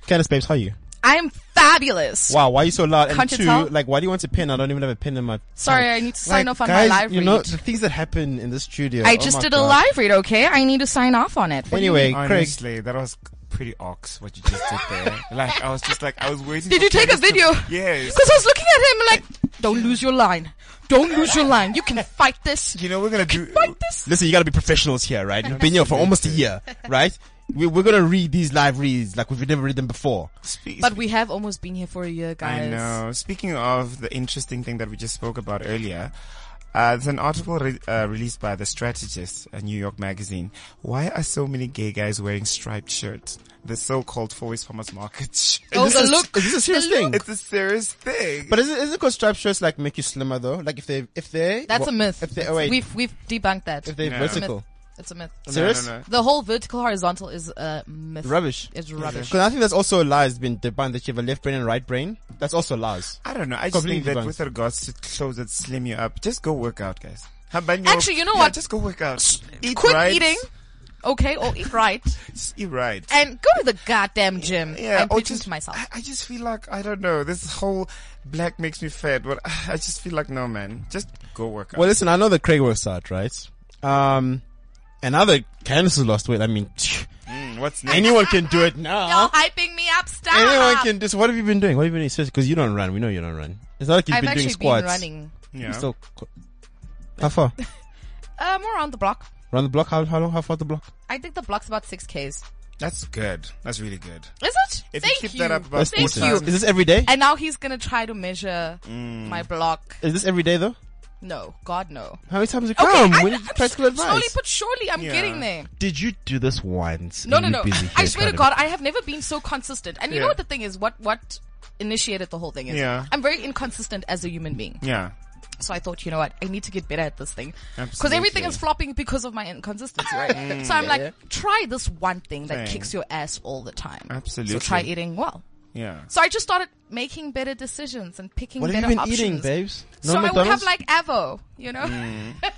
[SPEAKER 2] Candice Babes, how are you?
[SPEAKER 3] I am fabulous.
[SPEAKER 2] Wow, why are you so loud? And
[SPEAKER 3] Can't you
[SPEAKER 2] two,
[SPEAKER 3] tell?
[SPEAKER 2] like, why do you want a pin? I don't even have a pin in my.
[SPEAKER 3] Sorry, I need to sign off on my live
[SPEAKER 2] You know
[SPEAKER 3] read.
[SPEAKER 2] the things that happen in the studio.
[SPEAKER 3] I
[SPEAKER 2] Oh
[SPEAKER 3] just
[SPEAKER 2] my
[SPEAKER 3] did a
[SPEAKER 2] God.
[SPEAKER 3] live read, okay? I need to sign off on it. What do you
[SPEAKER 2] Anyway, Craig,
[SPEAKER 5] Honestly, that was pretty ox what you just did there. like I was just like I was waiting.
[SPEAKER 3] Did
[SPEAKER 5] for
[SPEAKER 3] you take a
[SPEAKER 5] Candice to-
[SPEAKER 3] video?
[SPEAKER 5] yes.
[SPEAKER 3] Because I was looking at him like, don't lose your line. Don't lose your line. You can fight this.
[SPEAKER 5] You know we're gonna do.
[SPEAKER 3] Fight this.
[SPEAKER 2] listen, you got to be professionals here, right? You've been here for almost a year, right? We, we're gonna read these live reads like we've never read them before.
[SPEAKER 5] Speak,
[SPEAKER 3] But we have almost been here for a year, guys.
[SPEAKER 5] I know. Speaking of the interesting thing that we just spoke about earlier, uh, there's an article re- uh, released by The Strategist, a New York magazine. Why are so many gay guys wearing striped shirts? The so-called Four Farmers Market shirt.
[SPEAKER 3] Oh,
[SPEAKER 2] Is this
[SPEAKER 3] the
[SPEAKER 2] a-
[SPEAKER 3] look.
[SPEAKER 2] Is this a serious thing?
[SPEAKER 5] It's a serious thing.
[SPEAKER 2] But is it, is it called striped shirts like make you slimmer though? Like if they if they
[SPEAKER 3] That's
[SPEAKER 2] wha-
[SPEAKER 3] a myth.
[SPEAKER 2] If they oh wait
[SPEAKER 3] We've we've debunked that.
[SPEAKER 2] if they're
[SPEAKER 5] No.
[SPEAKER 2] vertical,
[SPEAKER 3] it's a myth.
[SPEAKER 2] serious
[SPEAKER 5] No, no, no.
[SPEAKER 3] The whole vertical horizontal is a myth.
[SPEAKER 2] rubbish.
[SPEAKER 3] It's rubbish.
[SPEAKER 2] Because I think that's also a lie. It's been debunked that you have a left brain and right brain. That's also lies.
[SPEAKER 5] I don't know. I just think
[SPEAKER 2] Completely
[SPEAKER 5] that
[SPEAKER 2] debunked.
[SPEAKER 5] with regards to clothes that slim you up, just go work out, guys. How about no-
[SPEAKER 3] Actually, you know
[SPEAKER 5] Yeah,
[SPEAKER 3] what?
[SPEAKER 5] Just go work out. Eat
[SPEAKER 3] Quit
[SPEAKER 5] right.
[SPEAKER 3] eating, okay, or eat right,
[SPEAKER 5] Just eat right.
[SPEAKER 3] and go to the goddamn gym.
[SPEAKER 5] Yeah,
[SPEAKER 3] I'm
[SPEAKER 5] or
[SPEAKER 3] preaching
[SPEAKER 5] just,
[SPEAKER 3] to myself.
[SPEAKER 5] I, I just feel like I don't know. This whole black makes me fat, but I just feel like no, man. Just go work out.
[SPEAKER 2] Well, listen, I know that Craig works out, right? Um, and now that Candace has lost weight, I mean,
[SPEAKER 5] Mm, what's next?
[SPEAKER 2] anyone can do it
[SPEAKER 3] You're
[SPEAKER 2] now.
[SPEAKER 3] hyping me up. Stop.
[SPEAKER 2] Anyone can just. What have you been doing? What have you been doing? Because you don't run. We know you don't run. It's not like you've
[SPEAKER 3] I've
[SPEAKER 2] been
[SPEAKER 3] actually
[SPEAKER 2] doing squats.
[SPEAKER 3] been running.
[SPEAKER 5] Yeah.
[SPEAKER 2] You're still. co- How far?
[SPEAKER 3] Um, we're on the block.
[SPEAKER 2] Run the block? How, how long? How far the block?
[SPEAKER 3] I think the block's about six k's.
[SPEAKER 5] That's good. That's really good.
[SPEAKER 3] Is it?
[SPEAKER 5] If you
[SPEAKER 3] Thank
[SPEAKER 5] keep that up about
[SPEAKER 2] That's
[SPEAKER 3] Thank
[SPEAKER 5] four
[SPEAKER 2] decent.
[SPEAKER 3] you.
[SPEAKER 5] times-
[SPEAKER 2] Is this every day?
[SPEAKER 3] And now he's gonna try to measure
[SPEAKER 5] Mm.
[SPEAKER 3] my block.
[SPEAKER 2] Is this every day though?
[SPEAKER 3] No, God no.
[SPEAKER 2] How many times you
[SPEAKER 3] Okay,
[SPEAKER 2] come?
[SPEAKER 3] I'm-
[SPEAKER 2] we need
[SPEAKER 3] I'm
[SPEAKER 2] practical
[SPEAKER 3] s-
[SPEAKER 2] advice.
[SPEAKER 3] Slowly but surely, I'm
[SPEAKER 5] Yeah.
[SPEAKER 3] getting there.
[SPEAKER 2] Did you do this once?
[SPEAKER 3] No,
[SPEAKER 2] and
[SPEAKER 3] no,
[SPEAKER 2] you
[SPEAKER 3] no.
[SPEAKER 2] busy
[SPEAKER 3] I
[SPEAKER 2] here,
[SPEAKER 3] swear to
[SPEAKER 2] Cardiff?
[SPEAKER 3] God, I have never been so consistent. And you know
[SPEAKER 5] Yeah.
[SPEAKER 3] what the thing is? What what initiated the whole thing is?
[SPEAKER 5] Yeah.
[SPEAKER 3] I'm very inconsistent as a human being.
[SPEAKER 5] Yeah.
[SPEAKER 3] So I thought, you know what? I need to get better at this thing. Because
[SPEAKER 5] Absolutely.
[SPEAKER 3] everything is flopping because of my inconsistency,
[SPEAKER 2] Mm,
[SPEAKER 3] right? so I'm like, try this one thing that
[SPEAKER 5] Thing.
[SPEAKER 3] kicks your ass all the time. So
[SPEAKER 5] Absolutely.
[SPEAKER 3] try eating well.
[SPEAKER 5] Yeah.
[SPEAKER 3] So I just started making better decisions and picking
[SPEAKER 2] What have
[SPEAKER 3] better
[SPEAKER 2] you been
[SPEAKER 3] options.
[SPEAKER 2] eating, babes? No
[SPEAKER 3] So I would have
[SPEAKER 2] McDonald's? Mm,
[SPEAKER 3] like Avo, you know?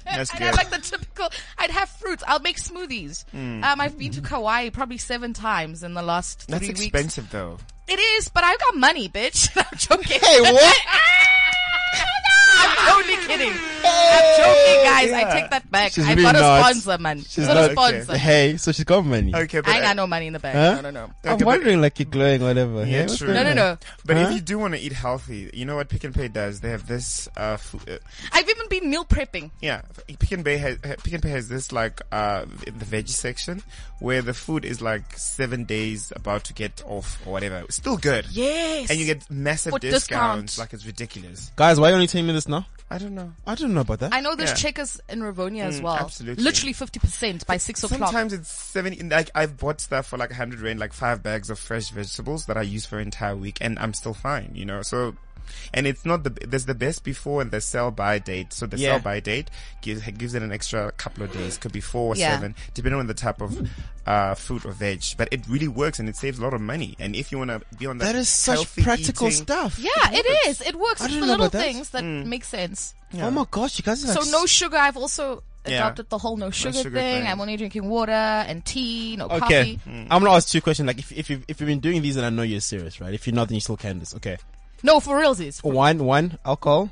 [SPEAKER 5] That's
[SPEAKER 3] I'd
[SPEAKER 5] good.
[SPEAKER 3] have Uh, like the typical. I'd have fruits. I'll make smoothies.
[SPEAKER 2] Mm.
[SPEAKER 3] Um, I've been to Kauai probably seven times in the last three
[SPEAKER 5] That's
[SPEAKER 3] weeks.
[SPEAKER 5] expensive though.
[SPEAKER 3] It is, but I've got money, bitch. I'm joking.
[SPEAKER 2] Hey, what?
[SPEAKER 3] I'm only kidding. I'm joking, guys.
[SPEAKER 5] yeah.
[SPEAKER 3] I take that back.
[SPEAKER 2] She's
[SPEAKER 3] I've
[SPEAKER 2] really
[SPEAKER 3] got a
[SPEAKER 2] not.
[SPEAKER 3] sponsor, man.
[SPEAKER 2] She's
[SPEAKER 3] She's got a
[SPEAKER 2] not-
[SPEAKER 5] okay.
[SPEAKER 3] sponsor.
[SPEAKER 2] Hey, so she's got money.
[SPEAKER 5] Okay, but
[SPEAKER 3] I ain't got no money in the bank.
[SPEAKER 2] Huh?
[SPEAKER 3] No, no, no.
[SPEAKER 2] I'm
[SPEAKER 5] Okay, but-
[SPEAKER 2] wondering, like, you're glowing, whatever.
[SPEAKER 5] Yeah,
[SPEAKER 2] hey, what's
[SPEAKER 5] true.
[SPEAKER 2] going
[SPEAKER 3] No, no,
[SPEAKER 2] on?
[SPEAKER 3] no.
[SPEAKER 5] But
[SPEAKER 2] Huh?
[SPEAKER 5] if you do want to eat healthy, you know what Pick and Pay does? They have this. Uh, fu- uh,
[SPEAKER 3] I've even been meal prepping.
[SPEAKER 5] yeah, Pick and Pay has uh, Pick and Pay has this like uh, in the veggie section where the food is like seven days about to get off or whatever. It's still good.
[SPEAKER 3] Yes.
[SPEAKER 5] And you get massive
[SPEAKER 3] For
[SPEAKER 5] discounts.
[SPEAKER 3] discount.
[SPEAKER 5] Like it's ridiculous.
[SPEAKER 2] Guys, why are you only telling me this now?
[SPEAKER 5] I don't know.
[SPEAKER 2] I didn't know about that.
[SPEAKER 3] I know there's
[SPEAKER 5] Yeah. Mm,
[SPEAKER 3] checkers in Ravonia as well.
[SPEAKER 5] absolutely.
[SPEAKER 3] Literally 50% by 6 o'clock.
[SPEAKER 5] Sometimes it's seventy. Like I've bought stuff for like hundred rand, like five bags of fresh vegetables that I use for an entire week, and I'm still fine. You know, so. And it's not the there's the best before and the sell by date. So the
[SPEAKER 2] Yeah.
[SPEAKER 5] sell by date gives gives it an extra couple of days, could be four or
[SPEAKER 3] Yeah.
[SPEAKER 5] seven, depending on the type of uh, fruit or veg. But it really works and it saves a lot of money. And if you want to be on that,
[SPEAKER 2] that is such
[SPEAKER 5] healthy
[SPEAKER 2] practical
[SPEAKER 5] eating-
[SPEAKER 2] stuff.
[SPEAKER 3] Yeah, it is. It works.
[SPEAKER 2] I
[SPEAKER 3] It's the
[SPEAKER 2] didn't know
[SPEAKER 3] little
[SPEAKER 2] about that.
[SPEAKER 3] things that
[SPEAKER 5] Mm.
[SPEAKER 3] make sense.
[SPEAKER 2] Oh my gosh, you guys are like
[SPEAKER 3] So no sugar. I've also
[SPEAKER 5] Yeah.
[SPEAKER 3] adopted the whole no sugar,
[SPEAKER 5] sugar
[SPEAKER 3] thing.
[SPEAKER 5] thing.
[SPEAKER 3] I'm only drinking water and tea, no
[SPEAKER 2] Okay,
[SPEAKER 3] coffee.
[SPEAKER 2] I'm gonna ask two questions. Like, if if you've, if you've been doing these, then I know you're serious, right? If you're not, then you still can this. Okay, Oh,
[SPEAKER 3] No, for realsies.
[SPEAKER 2] one one alcohol.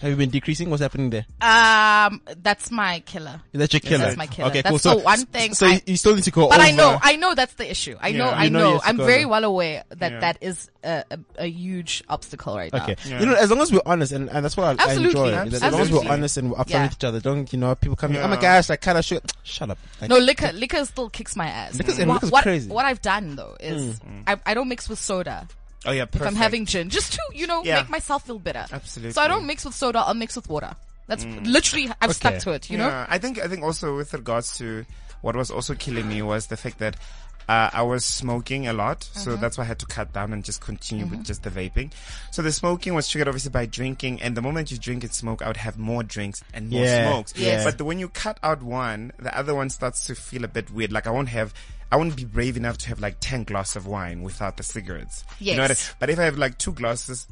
[SPEAKER 2] Have you been decreasing? What's happening there?
[SPEAKER 3] Um, that's my killer.
[SPEAKER 2] Is that your killer?
[SPEAKER 3] that's my killer.
[SPEAKER 2] Okay,
[SPEAKER 3] That's
[SPEAKER 2] cool. So
[SPEAKER 3] the one thing
[SPEAKER 2] So
[SPEAKER 3] I-
[SPEAKER 2] you still need to go
[SPEAKER 3] But
[SPEAKER 2] over.
[SPEAKER 3] I know, I know that's the issue. I know,
[SPEAKER 5] Yeah.
[SPEAKER 3] I
[SPEAKER 2] You know
[SPEAKER 3] know.
[SPEAKER 2] yes,
[SPEAKER 3] I'm
[SPEAKER 2] go
[SPEAKER 3] very
[SPEAKER 2] on.
[SPEAKER 3] well aware that
[SPEAKER 5] Yeah.
[SPEAKER 3] that is a, a, a huge obstacle right now.
[SPEAKER 2] Okay, you know, as long as we're honest, and, and that's what I, I enjoy.
[SPEAKER 3] Absolutely.
[SPEAKER 2] As long as we're
[SPEAKER 5] Absolutely.
[SPEAKER 2] honest and we're upfront
[SPEAKER 3] Yeah.
[SPEAKER 2] with each other, don't you know? People coming, oh my
[SPEAKER 5] Yeah.
[SPEAKER 2] gosh, like kind of shit. Shut up. Like,
[SPEAKER 3] No, liquor, liquor still kicks my ass.
[SPEAKER 2] Liquor's- and
[SPEAKER 3] Wha-
[SPEAKER 2] liquor's
[SPEAKER 3] what,
[SPEAKER 2] crazy.
[SPEAKER 3] What I've done though is I, I don't mix with soda.
[SPEAKER 5] Oh yeah,
[SPEAKER 3] If
[SPEAKER 5] Mm. perfect.
[SPEAKER 3] I'm having gin, just to you know
[SPEAKER 5] Yeah.
[SPEAKER 3] make myself feel better.
[SPEAKER 5] Absolutely. Mm.
[SPEAKER 3] So I don't mix with soda. I'll mix with water. That's literally I've stuck to it. You know.
[SPEAKER 5] Yeah, I think I think also with regards to what was also killing me was the fact that uh, I was smoking a lot, so
[SPEAKER 3] Mm-hmm.
[SPEAKER 5] that's why I had to cut down and just continue with just the vaping. So the smoking was triggered obviously by drinking, and the moment you drink and smoke, I would have more drinks and more
[SPEAKER 2] Yeah.
[SPEAKER 5] smokes.
[SPEAKER 2] Yes.
[SPEAKER 5] But the, when you cut out one, the other one starts to feel a bit weird. Like I won't have. I won't be brave enough to have like 10 glass of wine without the cigarettes. You know what I-
[SPEAKER 3] Yes.
[SPEAKER 5] but if I have like two glasses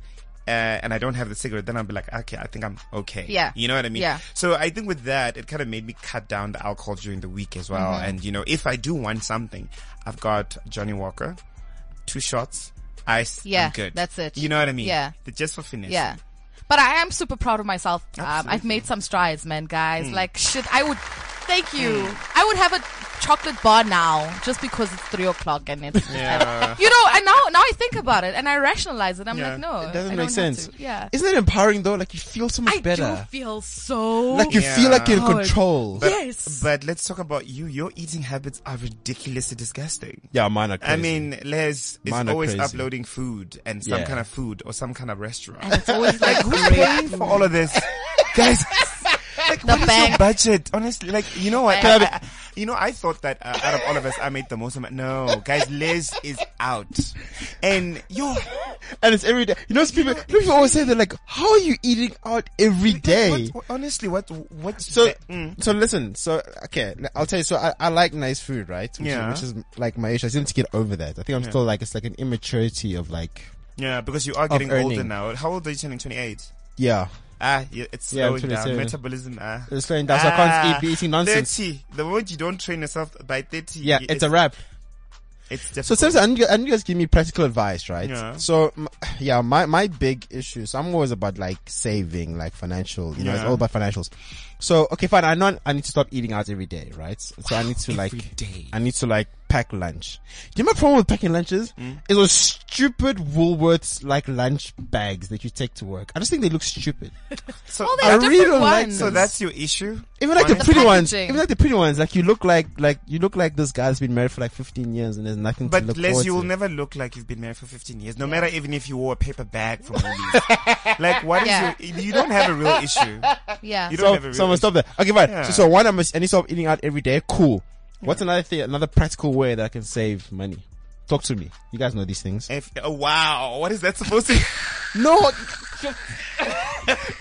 [SPEAKER 5] uh, and I don't have the cigarette, then I'll be like, okay, I think I'm okay.
[SPEAKER 3] Yeah.
[SPEAKER 5] You know what I mean?
[SPEAKER 3] Yeah.
[SPEAKER 5] So I think with that, it kind of made me cut down the alcohol during the week as
[SPEAKER 3] Mm-hmm.
[SPEAKER 5] well. And you know, if I do want something, I've got Johnny Walker, two shots, ice.
[SPEAKER 3] Yeah,
[SPEAKER 5] I'm good.
[SPEAKER 3] that's it.
[SPEAKER 5] You know what I mean?
[SPEAKER 3] Yeah.
[SPEAKER 5] The- just for finesse.
[SPEAKER 3] Yeah. But I am super proud of myself. Um, I've made some strides, man, guys.
[SPEAKER 2] Hmm.
[SPEAKER 3] Like, shit, I would, thank you. I would have a chocolate bar now just because it's three o'clock and it's,
[SPEAKER 5] Yeah.
[SPEAKER 3] you know, and now, now I think about it and I rationalize it. I'm
[SPEAKER 5] Yeah.
[SPEAKER 3] like, no.
[SPEAKER 2] It doesn't
[SPEAKER 3] I
[SPEAKER 2] make
[SPEAKER 3] don't have
[SPEAKER 2] sense.
[SPEAKER 3] to. Yeah.
[SPEAKER 2] Isn't it empowering though? Like you feel so much
[SPEAKER 3] I do
[SPEAKER 2] better.
[SPEAKER 3] feel so.
[SPEAKER 2] like you
[SPEAKER 5] Yeah.
[SPEAKER 2] feel like you're in
[SPEAKER 3] Powered.
[SPEAKER 2] control.
[SPEAKER 5] But,
[SPEAKER 3] Yes.
[SPEAKER 5] But let's talk about you. Your eating habits are ridiculously disgusting.
[SPEAKER 2] yeah, mine are crazy.
[SPEAKER 5] I mean, Les is
[SPEAKER 2] Mine are
[SPEAKER 5] always
[SPEAKER 2] crazy.
[SPEAKER 5] uploading food and some
[SPEAKER 2] Yeah.
[SPEAKER 5] kind of food or some kind of restaurant.
[SPEAKER 3] and it's always like
[SPEAKER 5] Who's paying for all of this? Guys, like, what is
[SPEAKER 3] bank.
[SPEAKER 5] your budget? Honestly, like, you know what? I,
[SPEAKER 2] Bank.
[SPEAKER 5] I- I- you know, I thought that uh, out of all of us, I made the most of my, no, guys, Liz is out. And yo,
[SPEAKER 2] and it's every day. You know, people, you know, people always say they're like, "How are you eating out every day?"
[SPEAKER 5] what- what- honestly, what, what,
[SPEAKER 2] So,
[SPEAKER 5] Mm.
[SPEAKER 2] so listen. So, okay, l- I'll tell you. So, I, I like nice food, right? Which,
[SPEAKER 5] Yeah.
[SPEAKER 2] Is, which is like my issue. I seem to get over that. I think I'm still like it's like an immaturity of like,
[SPEAKER 5] yeah, because you are getting older
[SPEAKER 2] earning.
[SPEAKER 5] now. How old are you turning? 28?
[SPEAKER 2] yeah,
[SPEAKER 5] Ah, yeah, it's
[SPEAKER 2] Yeah, I'm
[SPEAKER 5] slowing down.
[SPEAKER 2] 27.
[SPEAKER 5] Metabolism, ah.
[SPEAKER 2] it's slowing down. so I can't eat, be eating nonsense.
[SPEAKER 5] 30. The moment you don't train yourself by 30.
[SPEAKER 2] Yeah, it's, a wrap.
[SPEAKER 5] It's
[SPEAKER 2] So
[SPEAKER 5] difficult.
[SPEAKER 2] sometimes I need, you- I need you guys to give me practical advice, right?
[SPEAKER 5] Yeah.
[SPEAKER 2] So m- yeah, my my big issues. I'm always about like saving, like financial. You know, it's
[SPEAKER 5] Yeah.
[SPEAKER 2] all about financials. So okay, fine. I know I need to stop eating out every day, right? So I need to like I need to like pack lunch. Do you know my problem with packing lunches?
[SPEAKER 5] Mm.
[SPEAKER 2] Is those stupid Woolworths like lunch bags that you take to work. I just think they look stupid.
[SPEAKER 5] So-
[SPEAKER 3] Well,
[SPEAKER 2] I
[SPEAKER 3] there's
[SPEAKER 2] really don't
[SPEAKER 3] different
[SPEAKER 2] like
[SPEAKER 3] ones.
[SPEAKER 5] so that's your issue?
[SPEAKER 2] Even like the,
[SPEAKER 5] Honestly?
[SPEAKER 2] pretty ones,
[SPEAKER 3] packaging.
[SPEAKER 2] even like the pretty ones, like you look like like you look like this guy's been married for like 15 years and there's nothing to
[SPEAKER 5] But
[SPEAKER 2] look
[SPEAKER 5] Les,
[SPEAKER 2] forward
[SPEAKER 5] you will
[SPEAKER 2] to.
[SPEAKER 5] never look like you've been married for 15 years, no matter even if you wore a paper bag for movies. like, what is
[SPEAKER 3] Yeah.
[SPEAKER 5] your, you don't have a real issue.
[SPEAKER 3] yeah.
[SPEAKER 5] You don't have a
[SPEAKER 2] so,
[SPEAKER 5] real
[SPEAKER 2] so I'm gonna
[SPEAKER 5] issue.
[SPEAKER 2] stop there. Okay, fine.
[SPEAKER 5] Yeah.
[SPEAKER 2] So, so one, I must, I need to stop eating out every day. Cool. What's another thing, another practical way that I can save money? Talk to me. You guys know these things.
[SPEAKER 5] If, oh, wow. What is that supposed to
[SPEAKER 2] No,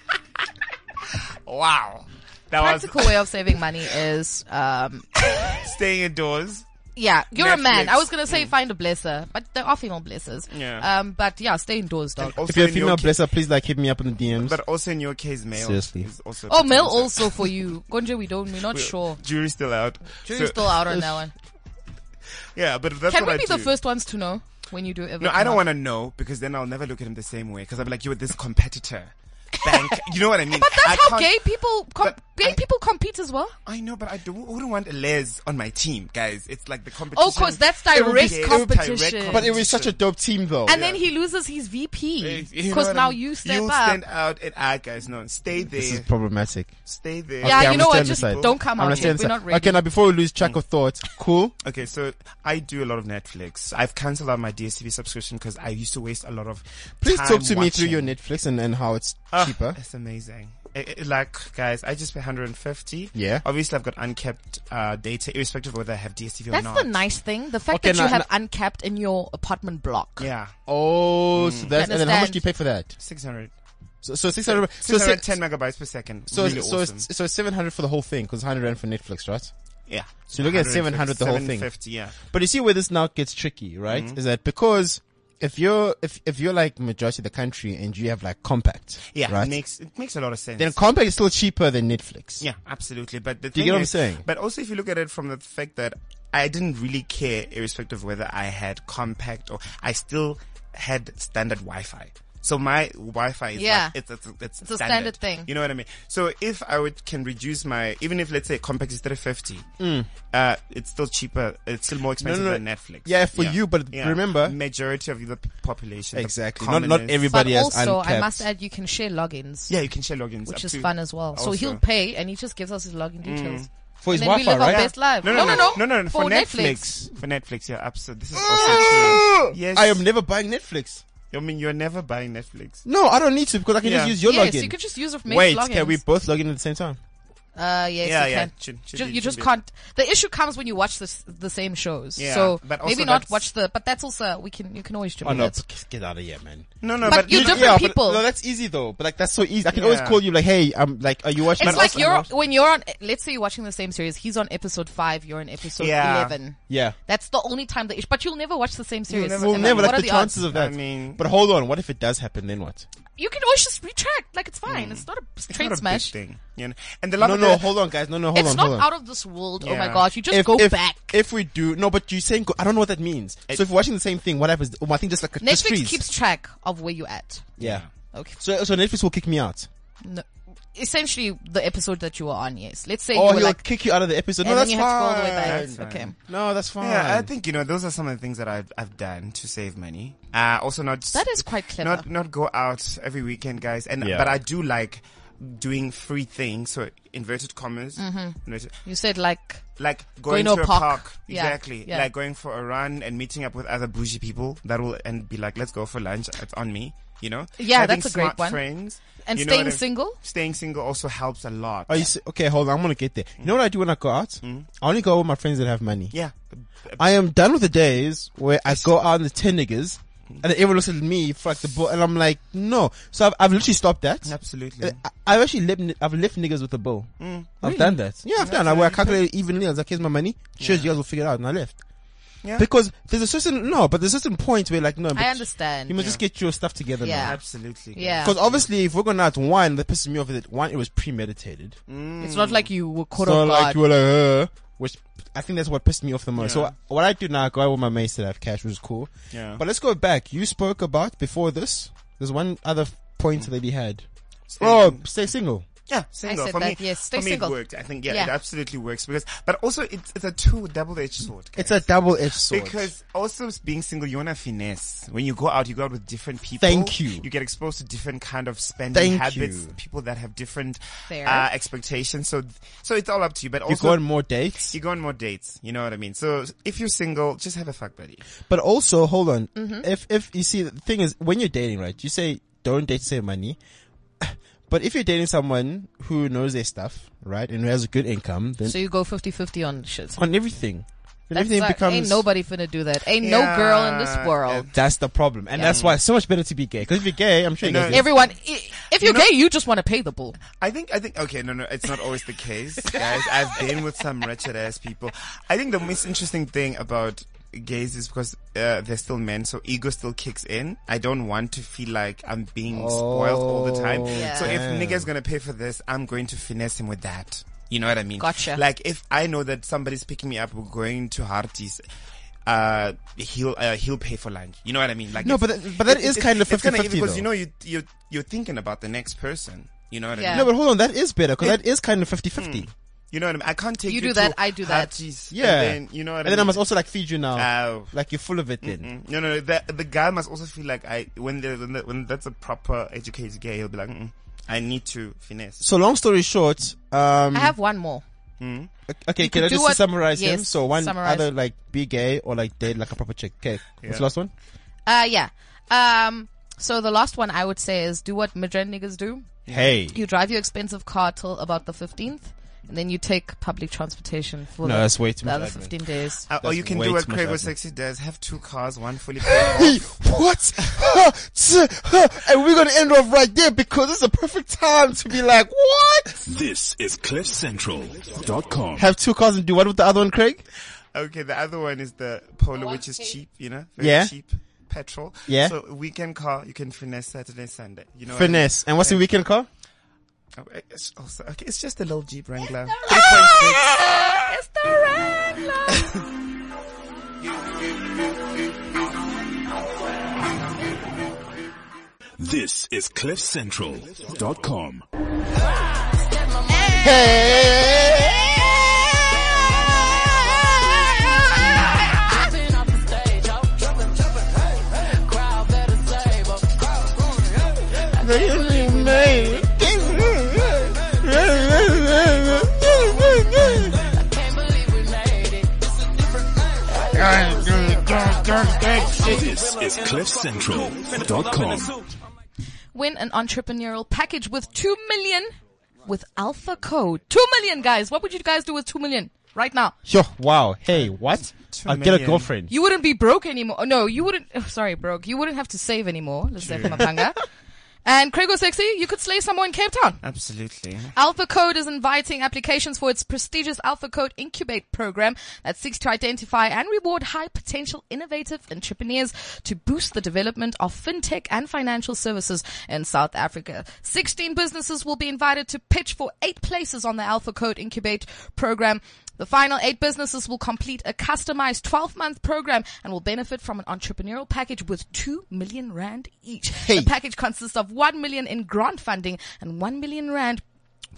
[SPEAKER 5] Wow. That
[SPEAKER 3] Practical way of saving money is, um,
[SPEAKER 5] was staying indoors.
[SPEAKER 3] yeah, you're a man.
[SPEAKER 5] Netflix. Mm.
[SPEAKER 3] I was gonna say find a blesser, but there are female blessers.
[SPEAKER 5] Yeah.
[SPEAKER 3] Um, but yeah, stay indoors, dog.
[SPEAKER 5] Also
[SPEAKER 2] if you're a
[SPEAKER 5] in your
[SPEAKER 2] female
[SPEAKER 5] ca-
[SPEAKER 2] blesser, please like hit me up in the DMs.
[SPEAKER 5] But also in your case, male.
[SPEAKER 2] Seriously.
[SPEAKER 5] is also
[SPEAKER 3] Oh, mail
[SPEAKER 5] potential.
[SPEAKER 3] also for you. Gonje, we don't, we're not sure.
[SPEAKER 5] Jury's still out.
[SPEAKER 3] Jury's
[SPEAKER 5] So-
[SPEAKER 3] still out on that one.
[SPEAKER 5] Yeah, but that's
[SPEAKER 3] Can
[SPEAKER 5] what
[SPEAKER 3] we
[SPEAKER 5] I
[SPEAKER 3] be
[SPEAKER 5] do.
[SPEAKER 3] the first ones to know when you do ever?
[SPEAKER 5] No, I don't want to know because then I'll never look at him the same way because I'm like, you're this competitor. Bank. You know what I mean?
[SPEAKER 3] But
[SPEAKER 5] I
[SPEAKER 3] that's how
[SPEAKER 5] can't-
[SPEAKER 3] gay people com-
[SPEAKER 5] but
[SPEAKER 3] gay
[SPEAKER 5] I- Oh,
[SPEAKER 3] people compete as well.
[SPEAKER 5] I know, but I, do, I wouldn't want Les on my team, guys. It's like the competition.
[SPEAKER 3] Oh, cause that's
[SPEAKER 5] It would be
[SPEAKER 3] direct
[SPEAKER 5] gay.
[SPEAKER 3] competition.
[SPEAKER 5] Direct
[SPEAKER 2] But it was such a dope team though.
[SPEAKER 3] and then he loses his VP
[SPEAKER 5] You know
[SPEAKER 3] because
[SPEAKER 5] what I
[SPEAKER 3] now
[SPEAKER 5] mean?
[SPEAKER 3] you step
[SPEAKER 5] You'll
[SPEAKER 3] up.
[SPEAKER 5] stand out and I, guys, no, stay there.
[SPEAKER 2] this is problematic.
[SPEAKER 5] stay there.
[SPEAKER 3] yeah,
[SPEAKER 2] Okay, I'm
[SPEAKER 3] you know
[SPEAKER 2] gonna
[SPEAKER 3] what?
[SPEAKER 2] stand
[SPEAKER 3] Just
[SPEAKER 2] aside.
[SPEAKER 3] don't come
[SPEAKER 2] I'm
[SPEAKER 3] out.
[SPEAKER 2] gonna stay
[SPEAKER 3] Here. We're
[SPEAKER 2] inside.
[SPEAKER 3] not ready.
[SPEAKER 2] Okay, now before we lose track
[SPEAKER 5] Mm.
[SPEAKER 2] of thought, cool.
[SPEAKER 5] Okay, so I do a lot of Netflix. I've cancelled out my DSTV subscription because I used to waste a lot of.
[SPEAKER 2] Please
[SPEAKER 5] time
[SPEAKER 2] talk to me through
[SPEAKER 5] watching.
[SPEAKER 2] your Netflix and, and how it's
[SPEAKER 5] Ah,
[SPEAKER 2] cheaper.
[SPEAKER 5] It's amazing. It- it- like, guys, I just pay 150.
[SPEAKER 2] Yeah.
[SPEAKER 5] Obviously, I've got unkept uh, data, irrespective of whether I have DSTV or
[SPEAKER 3] That's
[SPEAKER 5] not.
[SPEAKER 3] the nice thing. The fact
[SPEAKER 2] Okay,
[SPEAKER 3] that you
[SPEAKER 2] now-
[SPEAKER 3] have uncapped in your apartment block.
[SPEAKER 5] Yeah,
[SPEAKER 2] Oh,
[SPEAKER 5] Mm.
[SPEAKER 2] so that's and then how much
[SPEAKER 3] Understand.
[SPEAKER 2] do you pay for that?
[SPEAKER 5] 600.
[SPEAKER 2] So, so 600, so, se-
[SPEAKER 5] 610 megabytes per second.
[SPEAKER 2] so,
[SPEAKER 5] really
[SPEAKER 2] so,
[SPEAKER 5] awesome.
[SPEAKER 2] so, 700 for the whole thing because 100 rand for Netflix, right?
[SPEAKER 5] yeah.
[SPEAKER 2] So you're looking at 700 the whole thing.
[SPEAKER 5] 750, yeah.
[SPEAKER 2] But you see where this now gets tricky, right?
[SPEAKER 5] Mm-hmm.
[SPEAKER 2] Is that because if you're if if you're like majority of the country and you have like compact,
[SPEAKER 5] Yeah,
[SPEAKER 2] right?
[SPEAKER 5] it makes, it makes a lot of sense.
[SPEAKER 2] then compact is still cheaper than Netflix.
[SPEAKER 5] Yeah, absolutely. But the
[SPEAKER 2] Do you
[SPEAKER 5] thing
[SPEAKER 2] get what I'm
[SPEAKER 5] is-
[SPEAKER 2] saying?
[SPEAKER 5] But also, if you look at it from the fact that I didn't really care, irrespective of whether I had compact or I still had standard Wi-Fi. So my Wi-Fi is
[SPEAKER 3] Yeah.
[SPEAKER 5] like, it's, it's, it's,
[SPEAKER 3] It's a standard thing.
[SPEAKER 5] You know what I mean? So if I would can reduce my, even if let's say compact is 350, uh, it's still cheaper. It's still more expensive
[SPEAKER 2] Mm. no,
[SPEAKER 5] than Netflix.
[SPEAKER 2] Yeah, for you, but remember-
[SPEAKER 5] majority of the p- population. the
[SPEAKER 2] Exactly. Not- not
[SPEAKER 5] commoners-
[SPEAKER 2] everybody-
[SPEAKER 3] But
[SPEAKER 2] Everybody has
[SPEAKER 3] also, I
[SPEAKER 2] uncapped.
[SPEAKER 3] must add, you can share logins,
[SPEAKER 5] Yeah, you can share logins,
[SPEAKER 3] which
[SPEAKER 5] up
[SPEAKER 3] is
[SPEAKER 5] to-
[SPEAKER 3] fun as well. so
[SPEAKER 5] also. Mm.
[SPEAKER 3] he'll pay, and he just gives us his login details.
[SPEAKER 2] for his
[SPEAKER 3] And then
[SPEAKER 2] Wi-Fi,
[SPEAKER 3] we live our
[SPEAKER 2] right?
[SPEAKER 3] best life.
[SPEAKER 5] No, no, no,
[SPEAKER 3] no,
[SPEAKER 5] no, no, no,
[SPEAKER 3] For
[SPEAKER 5] for
[SPEAKER 3] Netflix.
[SPEAKER 5] Netflix. For Netflix, yeah, absolutely. This is also true. Yes,
[SPEAKER 2] I am never buying Netflix.
[SPEAKER 5] I mean, you're never buying Netflix.
[SPEAKER 2] No, I don't need to because I can
[SPEAKER 5] Yeah.
[SPEAKER 2] just use your
[SPEAKER 3] yes,
[SPEAKER 2] login.
[SPEAKER 3] you could just use a mate's
[SPEAKER 2] Wait,
[SPEAKER 3] logins.
[SPEAKER 2] can we both log in at the same time?
[SPEAKER 3] Uh, yes,
[SPEAKER 5] Yeah,
[SPEAKER 3] you
[SPEAKER 5] yeah,
[SPEAKER 3] can.
[SPEAKER 5] should- should
[SPEAKER 3] Ju-
[SPEAKER 5] be-
[SPEAKER 3] you
[SPEAKER 5] should
[SPEAKER 3] just
[SPEAKER 5] be.
[SPEAKER 3] can't. The issue comes when you watch this, the same shows.
[SPEAKER 5] Yeah,
[SPEAKER 3] so
[SPEAKER 5] but also
[SPEAKER 3] maybe not
[SPEAKER 5] that's-
[SPEAKER 3] watch the. But that's also we can. You can always do
[SPEAKER 2] Oh no,
[SPEAKER 3] that.
[SPEAKER 2] p- get out of here, man.
[SPEAKER 5] No, no,
[SPEAKER 3] But
[SPEAKER 5] but
[SPEAKER 3] you
[SPEAKER 5] you
[SPEAKER 3] don't-
[SPEAKER 5] yeah,
[SPEAKER 3] Different
[SPEAKER 2] but-
[SPEAKER 3] people.
[SPEAKER 2] no, that's easy though. But like that's so easy. I can always
[SPEAKER 5] Yeah.
[SPEAKER 2] call you like, hey, I'm like, are you watching?
[SPEAKER 3] It's
[SPEAKER 2] my-
[SPEAKER 3] like
[SPEAKER 2] I'm
[SPEAKER 3] you're
[SPEAKER 2] watching-
[SPEAKER 3] when you're on. Let's say you're watching the same series. He's on episode five. You're on episode
[SPEAKER 5] Yeah.
[SPEAKER 3] eleven.
[SPEAKER 2] Yeah.
[SPEAKER 3] That's the only time that. But you'll never watch the same series.
[SPEAKER 5] never-
[SPEAKER 2] Well,
[SPEAKER 3] ever.
[SPEAKER 2] never
[SPEAKER 3] What
[SPEAKER 2] like
[SPEAKER 3] are
[SPEAKER 2] the,
[SPEAKER 3] odds?
[SPEAKER 2] chances of
[SPEAKER 5] I
[SPEAKER 2] that.
[SPEAKER 5] mean-
[SPEAKER 2] but hold on, what if it does happen? Then what?
[SPEAKER 3] You can always just retract. Like it's fine. It's not a
[SPEAKER 5] it's
[SPEAKER 3] trade
[SPEAKER 5] not a
[SPEAKER 3] smash.
[SPEAKER 5] big thing. You know? And the love
[SPEAKER 2] No,
[SPEAKER 5] of
[SPEAKER 2] no,
[SPEAKER 5] the-
[SPEAKER 2] hold on, guys. No, no, hold
[SPEAKER 3] it's
[SPEAKER 2] on,
[SPEAKER 3] not
[SPEAKER 2] hold on.
[SPEAKER 3] out of this world. Oh my
[SPEAKER 5] Yeah.
[SPEAKER 3] gosh, you just
[SPEAKER 2] if,
[SPEAKER 3] go
[SPEAKER 2] if,
[SPEAKER 3] back.
[SPEAKER 2] If we do, no, but you're saying go, I don't know what that means. so if we're watching the same thing, what happens? Oh, I think just like just
[SPEAKER 3] Netflix
[SPEAKER 2] freeze.
[SPEAKER 3] keeps track of where you're at.
[SPEAKER 2] yeah.
[SPEAKER 3] Okay.
[SPEAKER 2] So so Netflix will kick me out,
[SPEAKER 3] No, essentially, the episode that you were on. Yes. Let's say
[SPEAKER 2] or
[SPEAKER 3] you were
[SPEAKER 2] he'll
[SPEAKER 3] like,
[SPEAKER 2] kick you out of the episode. No,
[SPEAKER 3] and
[SPEAKER 2] Oh,
[SPEAKER 3] then
[SPEAKER 2] that's
[SPEAKER 3] you
[SPEAKER 2] fine.
[SPEAKER 3] have to go all the way back.
[SPEAKER 5] That's fine.
[SPEAKER 3] Okay.
[SPEAKER 2] No, that's fine.
[SPEAKER 5] Yeah, I think you know those are some of the things that I've I've done to save money. Uh, also not
[SPEAKER 3] That is quite clever.
[SPEAKER 5] Not not go out every weekend, guys. And
[SPEAKER 2] Yeah.
[SPEAKER 5] but I do like doing free things. So inverted commas,
[SPEAKER 3] Mm-hmm.
[SPEAKER 5] inverted-
[SPEAKER 3] You said like
[SPEAKER 5] like going,
[SPEAKER 3] Going
[SPEAKER 5] to
[SPEAKER 3] to
[SPEAKER 5] a
[SPEAKER 3] a park.
[SPEAKER 5] park,
[SPEAKER 3] Yeah,
[SPEAKER 5] exactly.
[SPEAKER 3] yeah.
[SPEAKER 5] Like going for a run and meeting up with other bougie people that will and be like, let's go for lunch. It's on me. You know,
[SPEAKER 3] Yeah,
[SPEAKER 5] Having
[SPEAKER 3] that's a great
[SPEAKER 5] smart
[SPEAKER 3] one.
[SPEAKER 5] Friends
[SPEAKER 3] and
[SPEAKER 5] You know
[SPEAKER 3] staying
[SPEAKER 5] what I-
[SPEAKER 3] single.
[SPEAKER 5] Staying single also helps a lot.
[SPEAKER 2] Are Oh, you s- okay? Hold on, I'm gonna get there. You know what I do when I go out?
[SPEAKER 3] Hmm?
[SPEAKER 2] I only go out with my friends that have money.
[SPEAKER 5] yeah,
[SPEAKER 2] I am done with the days where I go out on the ten niggas,
[SPEAKER 3] Hmm.
[SPEAKER 2] and then everyone looks at me for like the bill, and I'm like, no. So I've, I've literally stopped that.
[SPEAKER 5] absolutely.
[SPEAKER 2] Uh, I, I've actually left, ni- I've left niggas with the bill. I've done that. Mm. Yeah, I've done. I, where I calculated evenly. I was like, here's my money. Sure, you guys will figure it out, and I left.
[SPEAKER 5] Yeah.
[SPEAKER 2] Because there's a certain no, but there's a certain point where like no, but
[SPEAKER 3] I understand.
[SPEAKER 2] You must just get your stuff together.
[SPEAKER 3] Yeah.
[SPEAKER 5] absolutely.
[SPEAKER 3] yeah.
[SPEAKER 2] Because obviously, if we're going out one, that pisses me off is that one, it was premeditated.
[SPEAKER 3] It's not like you were caught
[SPEAKER 2] So
[SPEAKER 3] on
[SPEAKER 2] like
[SPEAKER 3] guard.
[SPEAKER 2] you were like, uh, which I think that's what pissed me off the most. So what I do now, I go out with my mates that have cash, which is cool.
[SPEAKER 5] Yeah.
[SPEAKER 2] But let's go back. You spoke about before this. There's one other point that he had. Oh,
[SPEAKER 5] Staying-
[SPEAKER 2] stay single.
[SPEAKER 5] Yeah, single.
[SPEAKER 3] said
[SPEAKER 5] for
[SPEAKER 3] that,
[SPEAKER 5] me,
[SPEAKER 3] yes, stay
[SPEAKER 5] for me
[SPEAKER 3] single.
[SPEAKER 5] it worked. I think yeah, it
[SPEAKER 3] Yeah.
[SPEAKER 5] absolutely works because, but also it's, it's a two double-edged sword. guys.
[SPEAKER 2] It's a double-edged sword.
[SPEAKER 5] because also being single, you want to finesse. When you go out, you go out with different people.
[SPEAKER 2] Thank you.
[SPEAKER 5] You get exposed to different kind of spending
[SPEAKER 2] Thank
[SPEAKER 5] habits.
[SPEAKER 2] you.
[SPEAKER 5] People that have different
[SPEAKER 3] Fair.
[SPEAKER 5] uh, expectations. So, th- so it's all up to you. But
[SPEAKER 2] you
[SPEAKER 5] also,
[SPEAKER 2] go on more dates.
[SPEAKER 5] you go on more dates. You know what I mean. So if you're single, just have a fuck buddy.
[SPEAKER 2] But also, hold on.
[SPEAKER 3] Mm-hmm.
[SPEAKER 2] If if you see the thing is when you're dating, right? You say don't date to save money. But if you're dating someone who knows their stuff, right, and who has a good income, then
[SPEAKER 3] so you go 50-50 on shit.
[SPEAKER 2] on everything, then
[SPEAKER 3] That's
[SPEAKER 2] everything
[SPEAKER 3] like,
[SPEAKER 2] becomes
[SPEAKER 3] ain't nobody finna do that. Ain't no girl in this
[SPEAKER 5] Yeah,
[SPEAKER 3] world.
[SPEAKER 2] That's the problem, and that's why it's so much better to be gay. Because if you're gay, I'm sure you
[SPEAKER 5] No,
[SPEAKER 2] guys
[SPEAKER 5] every-
[SPEAKER 3] Everyone, i- if you're
[SPEAKER 5] know-
[SPEAKER 3] gay, you just want to pay the bill.
[SPEAKER 5] I think I think okay no no it's not always the case guys I've been with some wretched ass people I think the most interesting thing about gays is because uh, they're still men so ego still kicks in I don't want to feel like I'm being spoiled all the time
[SPEAKER 2] Oh,
[SPEAKER 3] Yeah.
[SPEAKER 5] so if
[SPEAKER 2] damn.
[SPEAKER 5] nigga's gonna pay for this I'm going to finesse him with that you know what I mean
[SPEAKER 3] Gotcha.
[SPEAKER 5] like if I know that somebody's picking me up we're going to Harties uh, he'll uh, he'll pay for lunch. You know what I mean? Like
[SPEAKER 2] No,
[SPEAKER 5] it's-
[SPEAKER 2] but that- but that
[SPEAKER 5] it-
[SPEAKER 2] is
[SPEAKER 5] it-
[SPEAKER 2] kind of
[SPEAKER 5] it's kinda
[SPEAKER 2] 50-50
[SPEAKER 5] because you
[SPEAKER 2] though.
[SPEAKER 5] know you you you're thinking about the next person. You know what I
[SPEAKER 3] Yeah. Mm.
[SPEAKER 5] mean?
[SPEAKER 2] No, but hold on, that is better because that is kind of 50-50.
[SPEAKER 5] You know what I mean? I can't take
[SPEAKER 3] You
[SPEAKER 5] you,
[SPEAKER 3] do
[SPEAKER 5] to
[SPEAKER 3] that, I do that.
[SPEAKER 5] Hapti's,
[SPEAKER 2] Yeah,
[SPEAKER 5] And then, you know what
[SPEAKER 2] and
[SPEAKER 5] I
[SPEAKER 2] then I
[SPEAKER 5] mean?
[SPEAKER 2] must also like feed you now.
[SPEAKER 5] Oh.
[SPEAKER 2] like you're full of it. Then
[SPEAKER 5] Mm. No, no, the, the guy must also feel like I, when, the, when, the, when that's a proper educated gay, he'll be like, mm I need to finesse.
[SPEAKER 2] so long story short, um,
[SPEAKER 3] I have one more.
[SPEAKER 2] okay, can
[SPEAKER 3] could
[SPEAKER 2] I
[SPEAKER 3] do
[SPEAKER 2] just
[SPEAKER 3] what-
[SPEAKER 2] summarize him?
[SPEAKER 3] yes,
[SPEAKER 2] So one
[SPEAKER 3] summarize.
[SPEAKER 2] other like be gay or like date like a proper chick. Okay, what's the last one?
[SPEAKER 3] Uh, yeah. Um, so the last one I would say is do what midrand niggas do.
[SPEAKER 2] Hey,
[SPEAKER 3] You drive your expensive car till about the 15th, and then you take public transportation for
[SPEAKER 2] No,
[SPEAKER 3] the,
[SPEAKER 2] that's way too
[SPEAKER 3] the
[SPEAKER 2] much
[SPEAKER 3] other
[SPEAKER 2] admin.
[SPEAKER 3] 15 days.
[SPEAKER 5] Uh, or
[SPEAKER 2] That's
[SPEAKER 5] you can
[SPEAKER 2] way
[SPEAKER 5] do what
[SPEAKER 2] too much
[SPEAKER 5] Cravo
[SPEAKER 2] admin.
[SPEAKER 5] Sexy does, have two cars, one fully paid off.
[SPEAKER 2] what? and we're gonna end off right there because it's a perfect time to be like, what?
[SPEAKER 1] This is CliffCentral.com.
[SPEAKER 2] Have two cars and do what with the other one, Craig?
[SPEAKER 5] Okay, the other one is the Polo, which is cheap, you know? Very
[SPEAKER 2] Yeah.
[SPEAKER 5] cheap petrol.
[SPEAKER 2] Yeah.
[SPEAKER 5] So weekend car, you can finesse Saturday, Sunday. You know what I mean?
[SPEAKER 2] Finesse. And what's the weekend car?
[SPEAKER 5] Oh, it's also, okay, it's just a little Jeep Wrangler. 3.6.
[SPEAKER 3] It's the red light.
[SPEAKER 1] This is CliffCentral.com. This is CliffCentral.com.
[SPEAKER 3] Win an entrepreneurial package with 2 million with Alpha Code. 2 million, guys. What would you guys do with 2 million right now?
[SPEAKER 2] Yo, wow. Hey, what?
[SPEAKER 5] Two
[SPEAKER 2] I'll get a
[SPEAKER 5] million.
[SPEAKER 2] girlfriend.
[SPEAKER 3] You oh, wouldn't be broke anymore. No, you wouldn't. Oh, sorry, broke. You wouldn't have to save anymore. Let's say from Mapanga. And Craig was sexy. You could slay someone in Cape Town.
[SPEAKER 5] Absolutely.
[SPEAKER 3] Alpha Code is inviting applications for its prestigious Alpha Code Incubate program that seeks to identify and reward high potential innovative entrepreneurs to boost the development of fintech and financial services in South Africa. 16 businesses will be invited to pitch for eight places on the Alpha Code Incubate program. The final eight businesses will complete a customized 12 month program and will benefit from an entrepreneurial package with 2 million rand each. The package consists of 1 million in grant funding and 1 million rand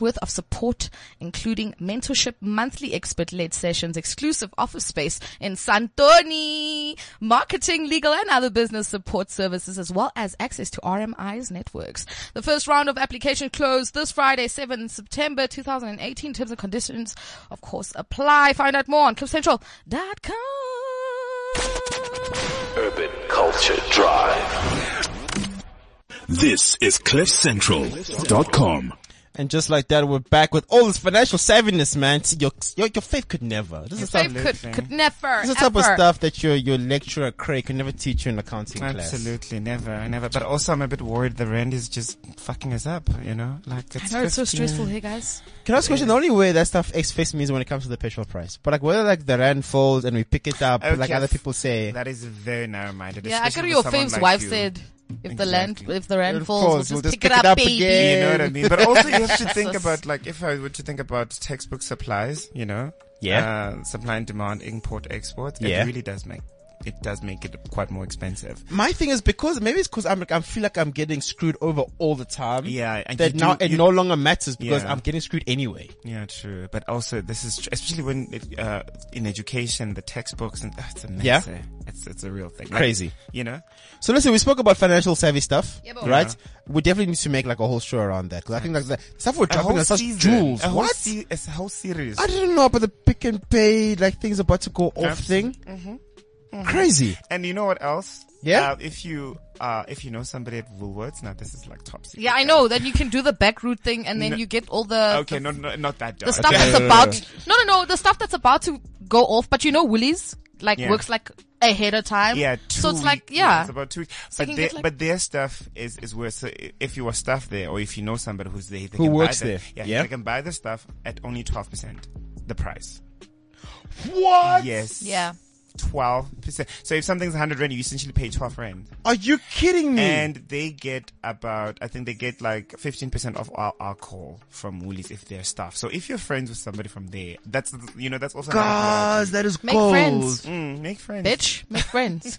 [SPEAKER 3] worth of support, including mentorship, monthly expert-led sessions, exclusive office space in Santoni, marketing, legal and other business support services, as well as access to RMI's networks. The first round of application closed this Friday, 7 September 2018. Terms and conditions, of course, apply. Find out more on cliffcentral.com.
[SPEAKER 7] Urban Culture Drive.
[SPEAKER 1] This is CliffCentral.com.
[SPEAKER 2] And just like that, we're back with all this financial savviness, man. See, Your, your, your faith could never. This is
[SPEAKER 3] Dave could, could never,
[SPEAKER 2] This is the type of
[SPEAKER 3] ever.
[SPEAKER 2] stuff that your your lecturer Craig could never teach you in accounting class.
[SPEAKER 5] Absolutely, never, never. But also, I'm a bit worried the rand is just fucking us up. You know, like
[SPEAKER 3] I
[SPEAKER 5] it's,
[SPEAKER 3] know it's so
[SPEAKER 5] 15.
[SPEAKER 3] stressful here, guys.
[SPEAKER 2] Can I ask a question? The only way that stuff X fixed me is when it comes to the petrol price. But like whether like the rand falls and we pick it up, like
[SPEAKER 5] Okay.
[SPEAKER 2] other people say,
[SPEAKER 5] That is very narrow-minded.
[SPEAKER 3] Yeah, I
[SPEAKER 5] especially
[SPEAKER 3] agree.
[SPEAKER 5] for
[SPEAKER 3] Your
[SPEAKER 5] someone
[SPEAKER 3] fame's
[SPEAKER 5] like
[SPEAKER 3] wife
[SPEAKER 5] you.
[SPEAKER 3] said, "If the land,
[SPEAKER 5] Exactly.
[SPEAKER 3] if the rand
[SPEAKER 2] It
[SPEAKER 3] falls,
[SPEAKER 2] falls,
[SPEAKER 3] we'll just,
[SPEAKER 2] we'll just
[SPEAKER 3] pick, it up, baby."
[SPEAKER 2] again.
[SPEAKER 5] You know what I mean? But also, you have to think
[SPEAKER 3] Jesus.
[SPEAKER 5] about like if I were to think about textbook supplies, you know,
[SPEAKER 2] Yeah.
[SPEAKER 5] uh, supply and demand, import, export.
[SPEAKER 2] Yeah. Mm-hmm.
[SPEAKER 5] It really does make it does make it quite more expensive.
[SPEAKER 2] my thing is because maybe it's because I'm like I feel like I'm getting screwed over all the time.
[SPEAKER 5] Yeah, and
[SPEAKER 2] that
[SPEAKER 5] you
[SPEAKER 2] now
[SPEAKER 5] do-
[SPEAKER 2] it
[SPEAKER 5] you-
[SPEAKER 2] no longer matters because
[SPEAKER 5] Yeah.
[SPEAKER 2] I'm getting screwed anyway.
[SPEAKER 5] Yeah, true. But also, this is tr- especially when it, uh, in education, the textbooks and that's a mess.
[SPEAKER 2] Yeah.
[SPEAKER 5] eh? it's it's a real thing.
[SPEAKER 2] Crazy.
[SPEAKER 5] you know.
[SPEAKER 2] So listen, we spoke about financial savvy stuff,
[SPEAKER 3] Yeah, but-
[SPEAKER 2] right? We definitely need to make like a whole show around that because I think like the stuff we're dropping are such jewels.
[SPEAKER 5] A whole
[SPEAKER 2] What?
[SPEAKER 5] se- a whole series.
[SPEAKER 2] I didn't know about the pick and pay, like things about to go off thing.
[SPEAKER 3] Mm-hmm.
[SPEAKER 2] Crazy.
[SPEAKER 5] And you know what else?
[SPEAKER 2] Yeah?
[SPEAKER 5] Uh, if you uh, if you know somebody at Woolworths, now this is like top secret.
[SPEAKER 3] Yeah, I know. Then you can do the back route thing, and then
[SPEAKER 5] No.
[SPEAKER 3] you get all the
[SPEAKER 5] Okay, no, no, not that.
[SPEAKER 3] the stuff that's about. No, no, no. The stuff that's about to go off. But you know, Woolies like
[SPEAKER 5] Yeah.
[SPEAKER 3] works like ahead of time.
[SPEAKER 5] Yeah, two
[SPEAKER 3] so it's
[SPEAKER 5] week-
[SPEAKER 3] like yeah.
[SPEAKER 5] it's about two. Weeks.
[SPEAKER 3] So you
[SPEAKER 5] but
[SPEAKER 3] can
[SPEAKER 5] their,
[SPEAKER 3] get like-
[SPEAKER 5] but their stuff is is worse. So i- if you are stuff there, or if you know somebody who's there, they
[SPEAKER 2] Who
[SPEAKER 5] can
[SPEAKER 2] works
[SPEAKER 5] buy the-
[SPEAKER 2] there.
[SPEAKER 5] Yeah,
[SPEAKER 2] Yeah.
[SPEAKER 5] they can buy the stuff at only twelve percent the price.
[SPEAKER 2] What?
[SPEAKER 5] Yes.
[SPEAKER 3] yeah.
[SPEAKER 5] Twelve percent. So if something's hundred rand, you essentially pay twelve rand,
[SPEAKER 2] Are you kidding me?
[SPEAKER 5] and they get about I think they get like fifteen percent off our alcohol from Woolies if they're stuff. So if you're friends with somebody from there, that's you know that's also another
[SPEAKER 2] Guys, that is
[SPEAKER 3] Make
[SPEAKER 2] gold.
[SPEAKER 3] friends,
[SPEAKER 5] Mm, make friends.
[SPEAKER 3] bitch. Make friends.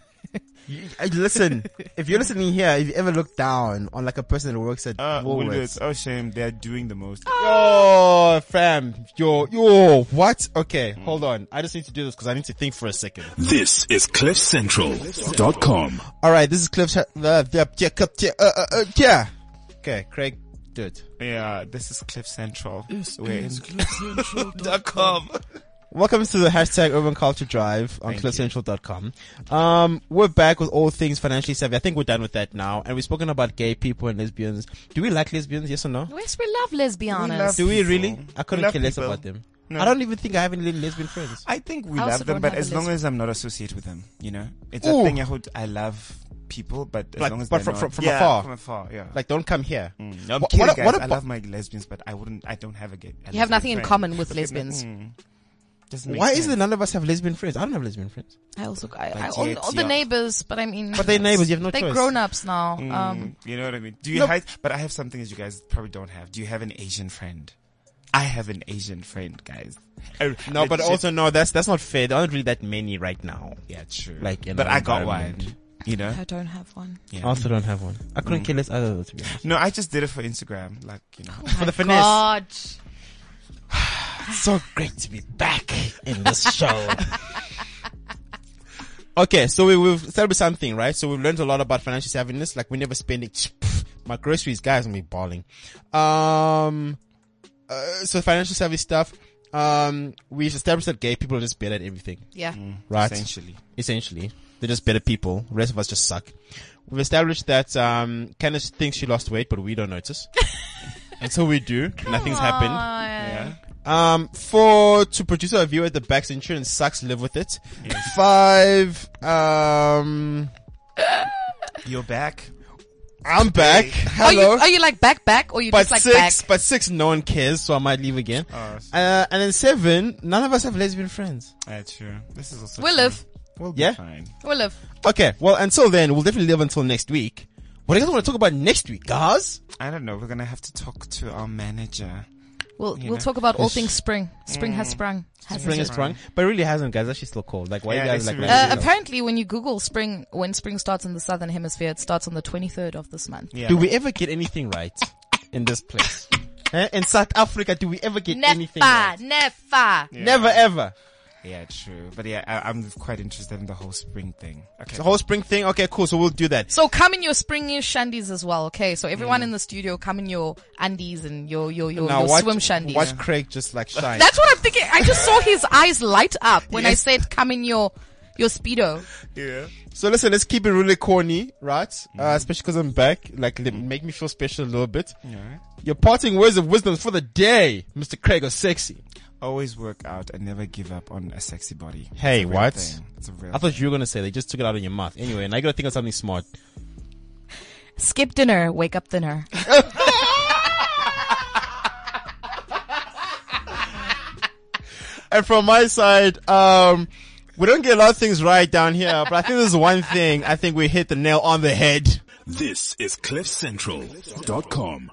[SPEAKER 2] You- uh, Listen, if you're listening here, if you ever look down on like a person that works at
[SPEAKER 5] Uh, Woolworths.
[SPEAKER 2] Woolworths,
[SPEAKER 5] Oh shame, they're doing the most.
[SPEAKER 2] yo, fam, yo, yo, what? Okay, hold on. I just need to do this because I need to think for a second.
[SPEAKER 1] This is CliffCentral.com.
[SPEAKER 2] All right, this is Cliff. Ch- uh, yeah, yeah, cup- yeah, uh, uh, uh, yeah. Okay, Craig, do it.
[SPEAKER 5] Yeah, this is Cliff Central. We're in
[SPEAKER 2] Welcome to the hashtag Urban Culture Drive on cliffcentral.com. Um, we're back with all things financially savvy. I think we're done with that now. And we've spoken about gay people and lesbians. Do we like lesbians? Yes or no?
[SPEAKER 3] yes, we love lesbians.
[SPEAKER 5] We love-
[SPEAKER 2] Do we
[SPEAKER 5] People.
[SPEAKER 2] really? I couldn't
[SPEAKER 5] Love
[SPEAKER 2] care less
[SPEAKER 5] people.
[SPEAKER 2] about them.
[SPEAKER 5] No.
[SPEAKER 2] I don't even think I have any lesbian friends.
[SPEAKER 5] I think we
[SPEAKER 3] I also
[SPEAKER 5] love them,
[SPEAKER 3] don't
[SPEAKER 5] but
[SPEAKER 3] have
[SPEAKER 5] as
[SPEAKER 3] a
[SPEAKER 5] long
[SPEAKER 3] lesbian.
[SPEAKER 5] as I'm not associated with them, you know, it's
[SPEAKER 2] Ooh.
[SPEAKER 5] a thing. I hope I love people, but as
[SPEAKER 2] But-
[SPEAKER 5] long as
[SPEAKER 2] but
[SPEAKER 5] they're
[SPEAKER 2] from-
[SPEAKER 5] not-
[SPEAKER 2] from- from
[SPEAKER 5] Yeah,
[SPEAKER 2] afar.
[SPEAKER 5] from afar, yeah.
[SPEAKER 2] Like, don't come here.
[SPEAKER 5] Mm. No, I'm
[SPEAKER 2] What-
[SPEAKER 5] kidding,
[SPEAKER 2] what-
[SPEAKER 5] guys.
[SPEAKER 2] what
[SPEAKER 5] I
[SPEAKER 2] about-
[SPEAKER 5] love my lesbians, but I wouldn't. I don't have a gay. a
[SPEAKER 3] You have
[SPEAKER 5] lesbian
[SPEAKER 3] nothing in
[SPEAKER 5] friend.
[SPEAKER 3] common with
[SPEAKER 5] Look at me,
[SPEAKER 3] lesbians.
[SPEAKER 5] mm. Doesn't make
[SPEAKER 2] Why is
[SPEAKER 5] sense.
[SPEAKER 2] it none of us have lesbian friends? I don't have lesbian friends.
[SPEAKER 3] I also, I,
[SPEAKER 5] But
[SPEAKER 3] I all,
[SPEAKER 5] yet,
[SPEAKER 3] all the
[SPEAKER 5] yeah.
[SPEAKER 3] neighbors, but I mean,
[SPEAKER 2] But they're neighbors. You have no
[SPEAKER 3] they're
[SPEAKER 2] choice.
[SPEAKER 3] grown ups now. Um,
[SPEAKER 5] Mm, you know what I mean? Do you
[SPEAKER 2] No.
[SPEAKER 5] have? But I have something that you guys probably don't have. Do you have an Asian friend? I have an Asian friend, guys. A
[SPEAKER 2] No, but
[SPEAKER 5] legit-
[SPEAKER 2] also no. That's that's not fair. There aren't really that many right now.
[SPEAKER 5] yeah, true.
[SPEAKER 2] like, in
[SPEAKER 5] but
[SPEAKER 2] our
[SPEAKER 5] I got
[SPEAKER 2] environment.
[SPEAKER 5] one. You know?
[SPEAKER 3] I don't have one.
[SPEAKER 2] I
[SPEAKER 5] Yeah.
[SPEAKER 2] also don't have one. I couldn't care less either. though, To be honest.
[SPEAKER 5] No, I just did it for Instagram. Like, you know.
[SPEAKER 2] For the finesse.
[SPEAKER 3] God.
[SPEAKER 2] so great to be back in this show. okay, so we, we've started with something, right? So we've learned a lot about financial savviness. Like we never spending my groceries, guys. I'm be balling. Um, uh, so financial savvy stuff. Um, we've established that gay people are just better at everything,
[SPEAKER 3] Yeah.
[SPEAKER 2] right?
[SPEAKER 5] Essentially.
[SPEAKER 2] Essentially, they're just better people. The rest of us just suck. We've established that um, Candice thinks she lost weight, but we don't notice. Until we do, nothing's happened.
[SPEAKER 5] Yeah.
[SPEAKER 2] Um, four to producer a view at the back's insurance sucks. Live with it. Five. Um,
[SPEAKER 5] You're back.
[SPEAKER 2] I'm back.
[SPEAKER 3] Are you,
[SPEAKER 2] Hello.
[SPEAKER 3] are you like back back or you
[SPEAKER 2] but
[SPEAKER 3] just like
[SPEAKER 2] six,
[SPEAKER 3] back?
[SPEAKER 2] but six, no one cares, so I might leave again.
[SPEAKER 5] Oh, I see.
[SPEAKER 2] uh, and then seven, none of us have lesbian friends.
[SPEAKER 5] Yeah, Uh, true. This is also.
[SPEAKER 3] We'll
[SPEAKER 5] true.
[SPEAKER 3] live.
[SPEAKER 5] We'll be
[SPEAKER 2] Yeah?
[SPEAKER 5] fine.
[SPEAKER 3] We'll live.
[SPEAKER 2] Okay, well, until then, we'll definitely live until next week. What do you guys want to talk about next week, guys?
[SPEAKER 5] I don't know. We're gonna have to talk to our manager.
[SPEAKER 3] We'll
[SPEAKER 5] You
[SPEAKER 3] we'll
[SPEAKER 5] know.
[SPEAKER 3] talk about all things spring. Spring has sprung. Has
[SPEAKER 2] Mm. Spring
[SPEAKER 3] it?
[SPEAKER 2] is sprung, but it really hasn't, guys. It's Actually, still cold. Like, why
[SPEAKER 5] Yeah,
[SPEAKER 2] you guys
[SPEAKER 5] it's
[SPEAKER 2] like?
[SPEAKER 5] really
[SPEAKER 3] Uh,
[SPEAKER 2] that?
[SPEAKER 3] apparently, when you Google spring, when spring starts in the southern hemisphere, it starts on the 23rd of this month.
[SPEAKER 5] Yeah.
[SPEAKER 2] do we ever get anything right in this place? Eh? In South Africa, do we ever get anything right?
[SPEAKER 3] Never, never.
[SPEAKER 5] Yeah.
[SPEAKER 2] Never ever.
[SPEAKER 5] Yeah, true. But yeah, I, I'm quite interested in the whole spring thing. Okay.
[SPEAKER 2] The whole spring thing. Okay, cool. So we'll do that.
[SPEAKER 3] So come in your springish shandies as well, okay? So everyone in the studio, come in your undies and your your your,
[SPEAKER 2] Mm. now
[SPEAKER 3] your
[SPEAKER 2] watch,
[SPEAKER 3] swim shandies.
[SPEAKER 2] watch Craig just like shine.
[SPEAKER 3] That's what I'm thinking. I just saw his eyes light up when I said, "Come in your your speedo."
[SPEAKER 5] Yeah.
[SPEAKER 2] So listen, let's keep it really corny, right? Uh, especially because I'm back. Like, li- make me feel special a little bit.
[SPEAKER 5] Yeah.
[SPEAKER 2] Your parting words of wisdom for the day, Mr. Craig or Sexy.
[SPEAKER 5] Always work out and never give up on a sexy body.
[SPEAKER 2] Hey,
[SPEAKER 5] It's a real
[SPEAKER 2] what?
[SPEAKER 5] thing. It's a real.
[SPEAKER 2] I thought you were gonna say they just took it out of your mouth. Anyway, and I gotta think of something smart.
[SPEAKER 3] Skip dinner, wake up dinner.
[SPEAKER 2] And from my side, um, we don't get a lot of things right down here, but I think there's one thing. I think we hit the nail on the head.
[SPEAKER 1] This is CliffCentral.com.